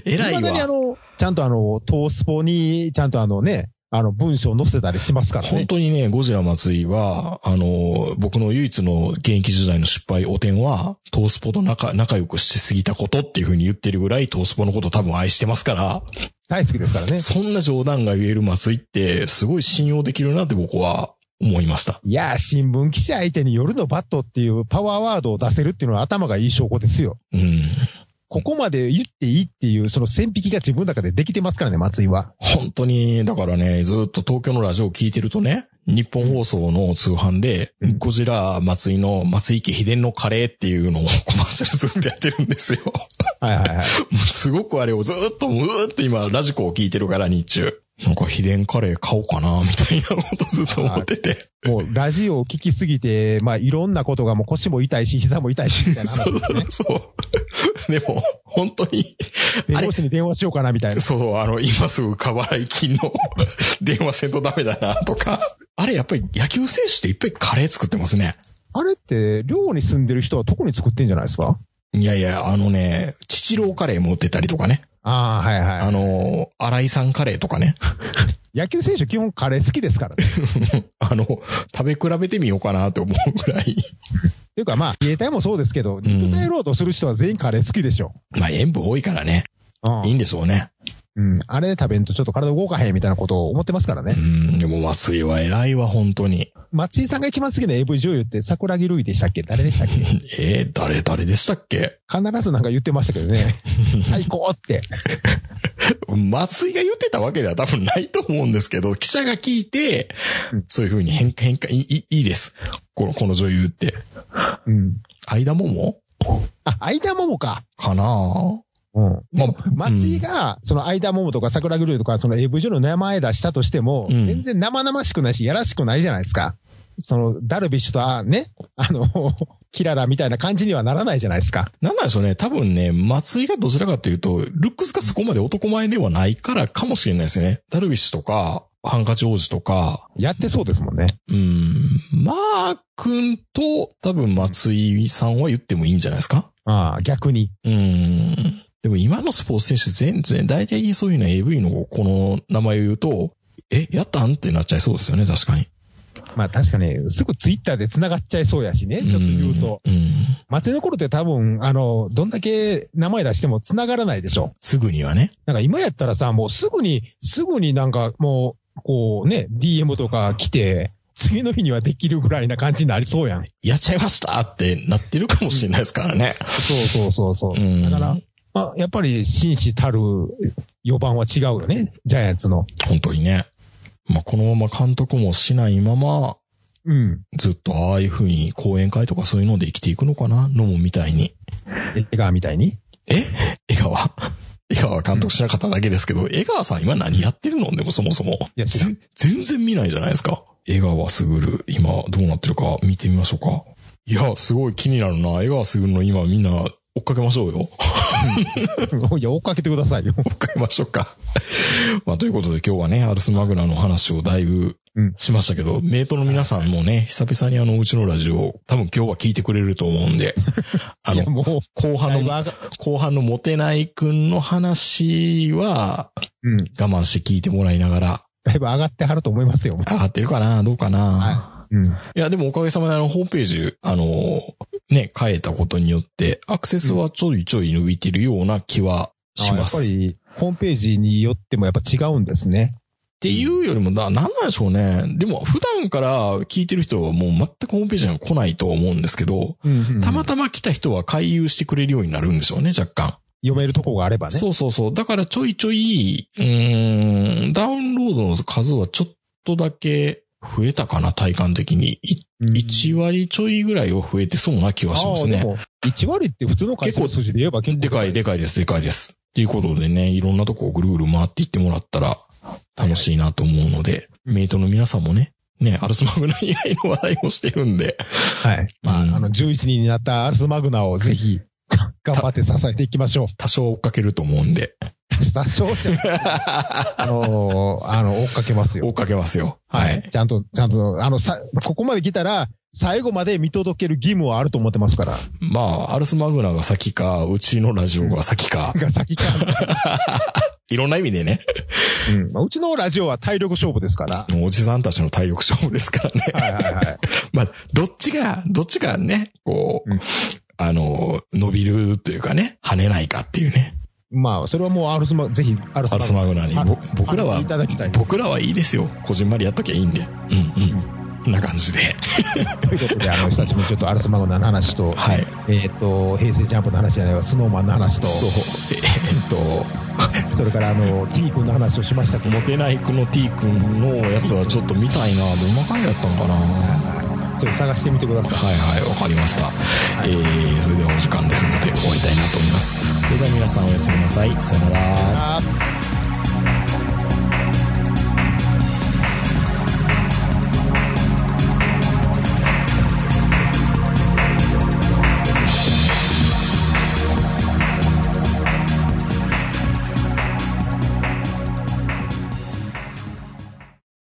Speaker 2: 偉い
Speaker 3: 未だにあ
Speaker 2: わ。
Speaker 3: の、ちゃんとあの、トースポに、ちゃんとあのね、あの、文章載せたりしますから
Speaker 2: 本
Speaker 3: ね。
Speaker 2: 当にね、ゴジラ松井は、あのー僕の唯一の現役時代の失敗、汚点は、トースポと仲、仲良くしすぎたことっていうふうに言ってるぐらい、トースポのこと多分愛してますから、
Speaker 3: 大好きですからね。
Speaker 2: そんな冗談が言える松井って、すごい信用できるなって僕は思いました。
Speaker 3: いやー、新聞記者相手に夜のバットっていうパワーワードを出せるっていうのは頭がいい証拠ですよ。
Speaker 2: うん。
Speaker 3: ここまで言っていいっていう、その線引きが自分の中でできてますからね、松井は。
Speaker 2: 本当に、だからね、ずっと東京のラジオを聞いてるとね、日本放送の通販で、
Speaker 3: うん
Speaker 2: ゴジラ松井の松井家秘伝のカレーっていうのを コマーシャルずっとやってるんですよ。も
Speaker 3: はいはいはい。
Speaker 2: うすごくあれをずっと、うーって今ラジコを聞いてるから日中。なんか秘伝カレー買おうかな、みたいなことずっと思ってて。
Speaker 3: もうラジオを聞きすぎて、まあいろんなことがもう腰も痛いし、膝も痛いし、みたいな話
Speaker 2: そう そうそう。でも、本当に、
Speaker 3: 弁護士に電話しようかな、みたいな。
Speaker 2: そう、あの、今すぐ過払い金の 電話せんとダメだな、とか。あれ、やっぱり野球選手っていっぱいカレー作ってますね。
Speaker 3: あれって、寮に住んでる人は特に作ってんじゃないですか
Speaker 2: いやいや、あのね、チチローカレーも売ってたりとかね。
Speaker 3: ああ、はいは
Speaker 2: あの、新井さんカレーとかね。
Speaker 3: い。野球選手基本カレー好きです からね。っ
Speaker 2: あの、食べ比べてみようかなって思うぐらい。
Speaker 3: ていうかまあ、自衛隊もそうですけど、肉体労働する人は全員カレー好きでしょ。
Speaker 2: まあ塩分多いからね。
Speaker 3: あ
Speaker 2: いいんでしょうね。
Speaker 3: うん。あれ食べんとちょっと体動かへんみたいなことを思ってますから
Speaker 2: う
Speaker 3: ね。
Speaker 2: ん、でも松井は偉いわ、本当に。
Speaker 3: 松井さんが一番好きな AV 女優って桜木ルイでしたっけ誰でしたっけ 必
Speaker 2: えー、誰、誰でしたっけ
Speaker 3: ずなんか言ってましたけどね。 最高って。
Speaker 2: 松井が言ってたわけでは多分ないと思うんですけど、記者が聞いて
Speaker 3: うん、
Speaker 2: そういう風に変化、変化、いい、いいいです。この、この女優って。
Speaker 3: うん。
Speaker 2: 間もも
Speaker 3: あ、間桃か。
Speaker 2: かな
Speaker 3: うん。
Speaker 2: まあ
Speaker 3: 松井が、その間桃とか桜木ルイとか、その AV 女優の名前出したとしても、
Speaker 2: うん
Speaker 3: 全然生々しくないし、やらしくないじゃないですか。その、ダルビッシュと、あね、あの、 キララみたいな感じにはならないじゃないですか。
Speaker 2: なんなんでしょうね。多分ね、松井がどちらかというと、ルックスがそこまで男前ではないからかもしれないですね。ダルビッシュとか、ハンカチ王子とか、
Speaker 3: やってそうですもんね。
Speaker 2: うん、マー君と多分松井さんは言ってもいいんじゃないですか
Speaker 3: ああ、逆に。
Speaker 2: うん。でも今のスポーツ選手全然、大体そういうの AV のこの名前を言うと、え、やったんってなっちゃいそうですよね、確かに。
Speaker 3: まあ確かに、すぐツイッターで繋がっちゃいそうやしね、ちょっと言うと。
Speaker 2: ん。うん
Speaker 3: 松井の頃って多分、あの、どんだけ名前出しても繋がらないでしょ。
Speaker 2: すぐにはね。
Speaker 3: なんか今やったらさ、もうすぐに、すぐになんかもう、こうね、DM とか来て、次の日にはできるぐらいな感じになりそうやん。
Speaker 2: やっちゃいましたってなってるかもしれないですからね。
Speaker 3: そうそうそうそ
Speaker 2: う
Speaker 3: う。
Speaker 2: ん
Speaker 3: だから、まあ、やっぱり紳士たる4番は違うよね、ジャイアンツの。
Speaker 2: 本当にね。まあ、このまま監督もしないまま、
Speaker 3: うん。
Speaker 2: ずっとああいう風に講演会とかそういうので生きていくのかなのもみたいに。
Speaker 3: 江川みたいに。
Speaker 2: 江川 江川監督しなかっただけですけど、江川さん今何やってるのでもそもそも。
Speaker 3: いや
Speaker 2: ぜ全然見ないじゃないですか。江川卓、今どうなってるか見てみましょうか。いや、すごい気になるな。江川卓の今みんな追っかけましょうよ。
Speaker 3: いや、追っかけてくださいよ。
Speaker 2: 追っかけましょうか。 まあ、ということで今日はね、アルスマグナの話をだいぶ
Speaker 3: うん
Speaker 2: しましたけど、メイトの皆さんもね、久々にあの、うちのラジオ、多分今日は聞いてくれると思 うんで、あ
Speaker 3: い
Speaker 2: の
Speaker 3: や、、もう、
Speaker 2: 後
Speaker 3: だい
Speaker 2: 半
Speaker 3: ぶ
Speaker 2: の、
Speaker 3: 上が
Speaker 2: 後半のモテないくんの話は、
Speaker 3: うん、だ
Speaker 2: 我慢して聞いてもらいながら、
Speaker 3: いぶ上がってはると思いますよ。
Speaker 2: 上がってるかなどうかな、
Speaker 3: はうん。
Speaker 2: いや、でもおかげさまであの、ホームページ、あのーね、変えたことによって、アクセスはちょいちょい伸びてるような気はし
Speaker 3: あや
Speaker 2: ま
Speaker 3: っ
Speaker 2: す。
Speaker 3: ぱ
Speaker 2: っ
Speaker 3: り、ホームページによってもやっぱ違うんですね。
Speaker 2: ていうよりも、な、なんなんでしょうね。でも、普段から聞いてる人はもう全くホームページには来ないと思うんですけど、
Speaker 3: うん
Speaker 2: たまたま来た人は回遊してくれるようになるんでしょうね、若干。
Speaker 3: 読めるとこがあればね。
Speaker 2: そうそうそう。だからちょいちょい、うーん、ダウンロードの数はちょっとだけ増えたかな、体感的に。い
Speaker 3: うん
Speaker 2: 1割ちょいぐらいは増えてそうな気はしますね
Speaker 3: ああ。。でも1割って普通の会社の数字で言えば結構。
Speaker 2: でかい、でかいです、でかいです。っていうことでね、いろんなとこをぐるぐる回っていってもらったら楽しいなと思うので、
Speaker 3: うん
Speaker 2: メイトの皆さんもね、ね、アルスマグナ以外の話題もしてるんで、
Speaker 3: はい。ま
Speaker 2: うん
Speaker 3: あ、あの、11人になったアルスマグナをぜひ、頑張って支えていきましょう。
Speaker 2: 多少追っかけると思うんで、
Speaker 3: 多少 じゃない、あのーあの、追っかけます
Speaker 2: 追
Speaker 3: よ。
Speaker 2: っかけますよ。は
Speaker 3: はいい。。ちゃんと、ちゃんと、あの、さ、ここまで来たら、最後まで見届ける義務はあると思ってますから。
Speaker 2: まあ、アルスマグナが先か、うちのラジオが先か、
Speaker 3: が先 か。
Speaker 2: いろんな意味でね、
Speaker 3: うん。まあうちのラジオは体力勝負ですから。
Speaker 2: おじさんたちの体力勝負ですからね。
Speaker 3: はいはいはい。
Speaker 2: まあ、どっちが、どっちがね、こう、
Speaker 3: うん
Speaker 2: あの、伸びるというかね、跳ねないかっていうね。
Speaker 3: まあ、それはもうアルスマ、ぜひ、アルス
Speaker 2: ア
Speaker 3: マ
Speaker 2: ルスマグナに、
Speaker 3: あ
Speaker 2: ぼ僕らは
Speaker 3: あいただきたい、
Speaker 2: 僕らはいいですよ。こじんまりやっときゃいいんで。うんうん。な感じで。
Speaker 3: ということで、あの、久しぶりにちょっとアルスマグナの話と、
Speaker 2: はい。
Speaker 3: えっ、と、平成ジャンプの話じゃないわ、スノーマンの話と、
Speaker 2: そう
Speaker 3: そ。
Speaker 2: えーっと、
Speaker 3: れから、あの、T 君の話をしましたけど
Speaker 2: モテないくの T 君のやつはちょっと見たいな。どんな感じだったのかなは
Speaker 3: ちょっと探してみてください。
Speaker 2: いはい、わかりました。えー、それではお時間ですので終わりたいなと思います。それでは皆さんおやすみなさい。さよなら。
Speaker 3: あー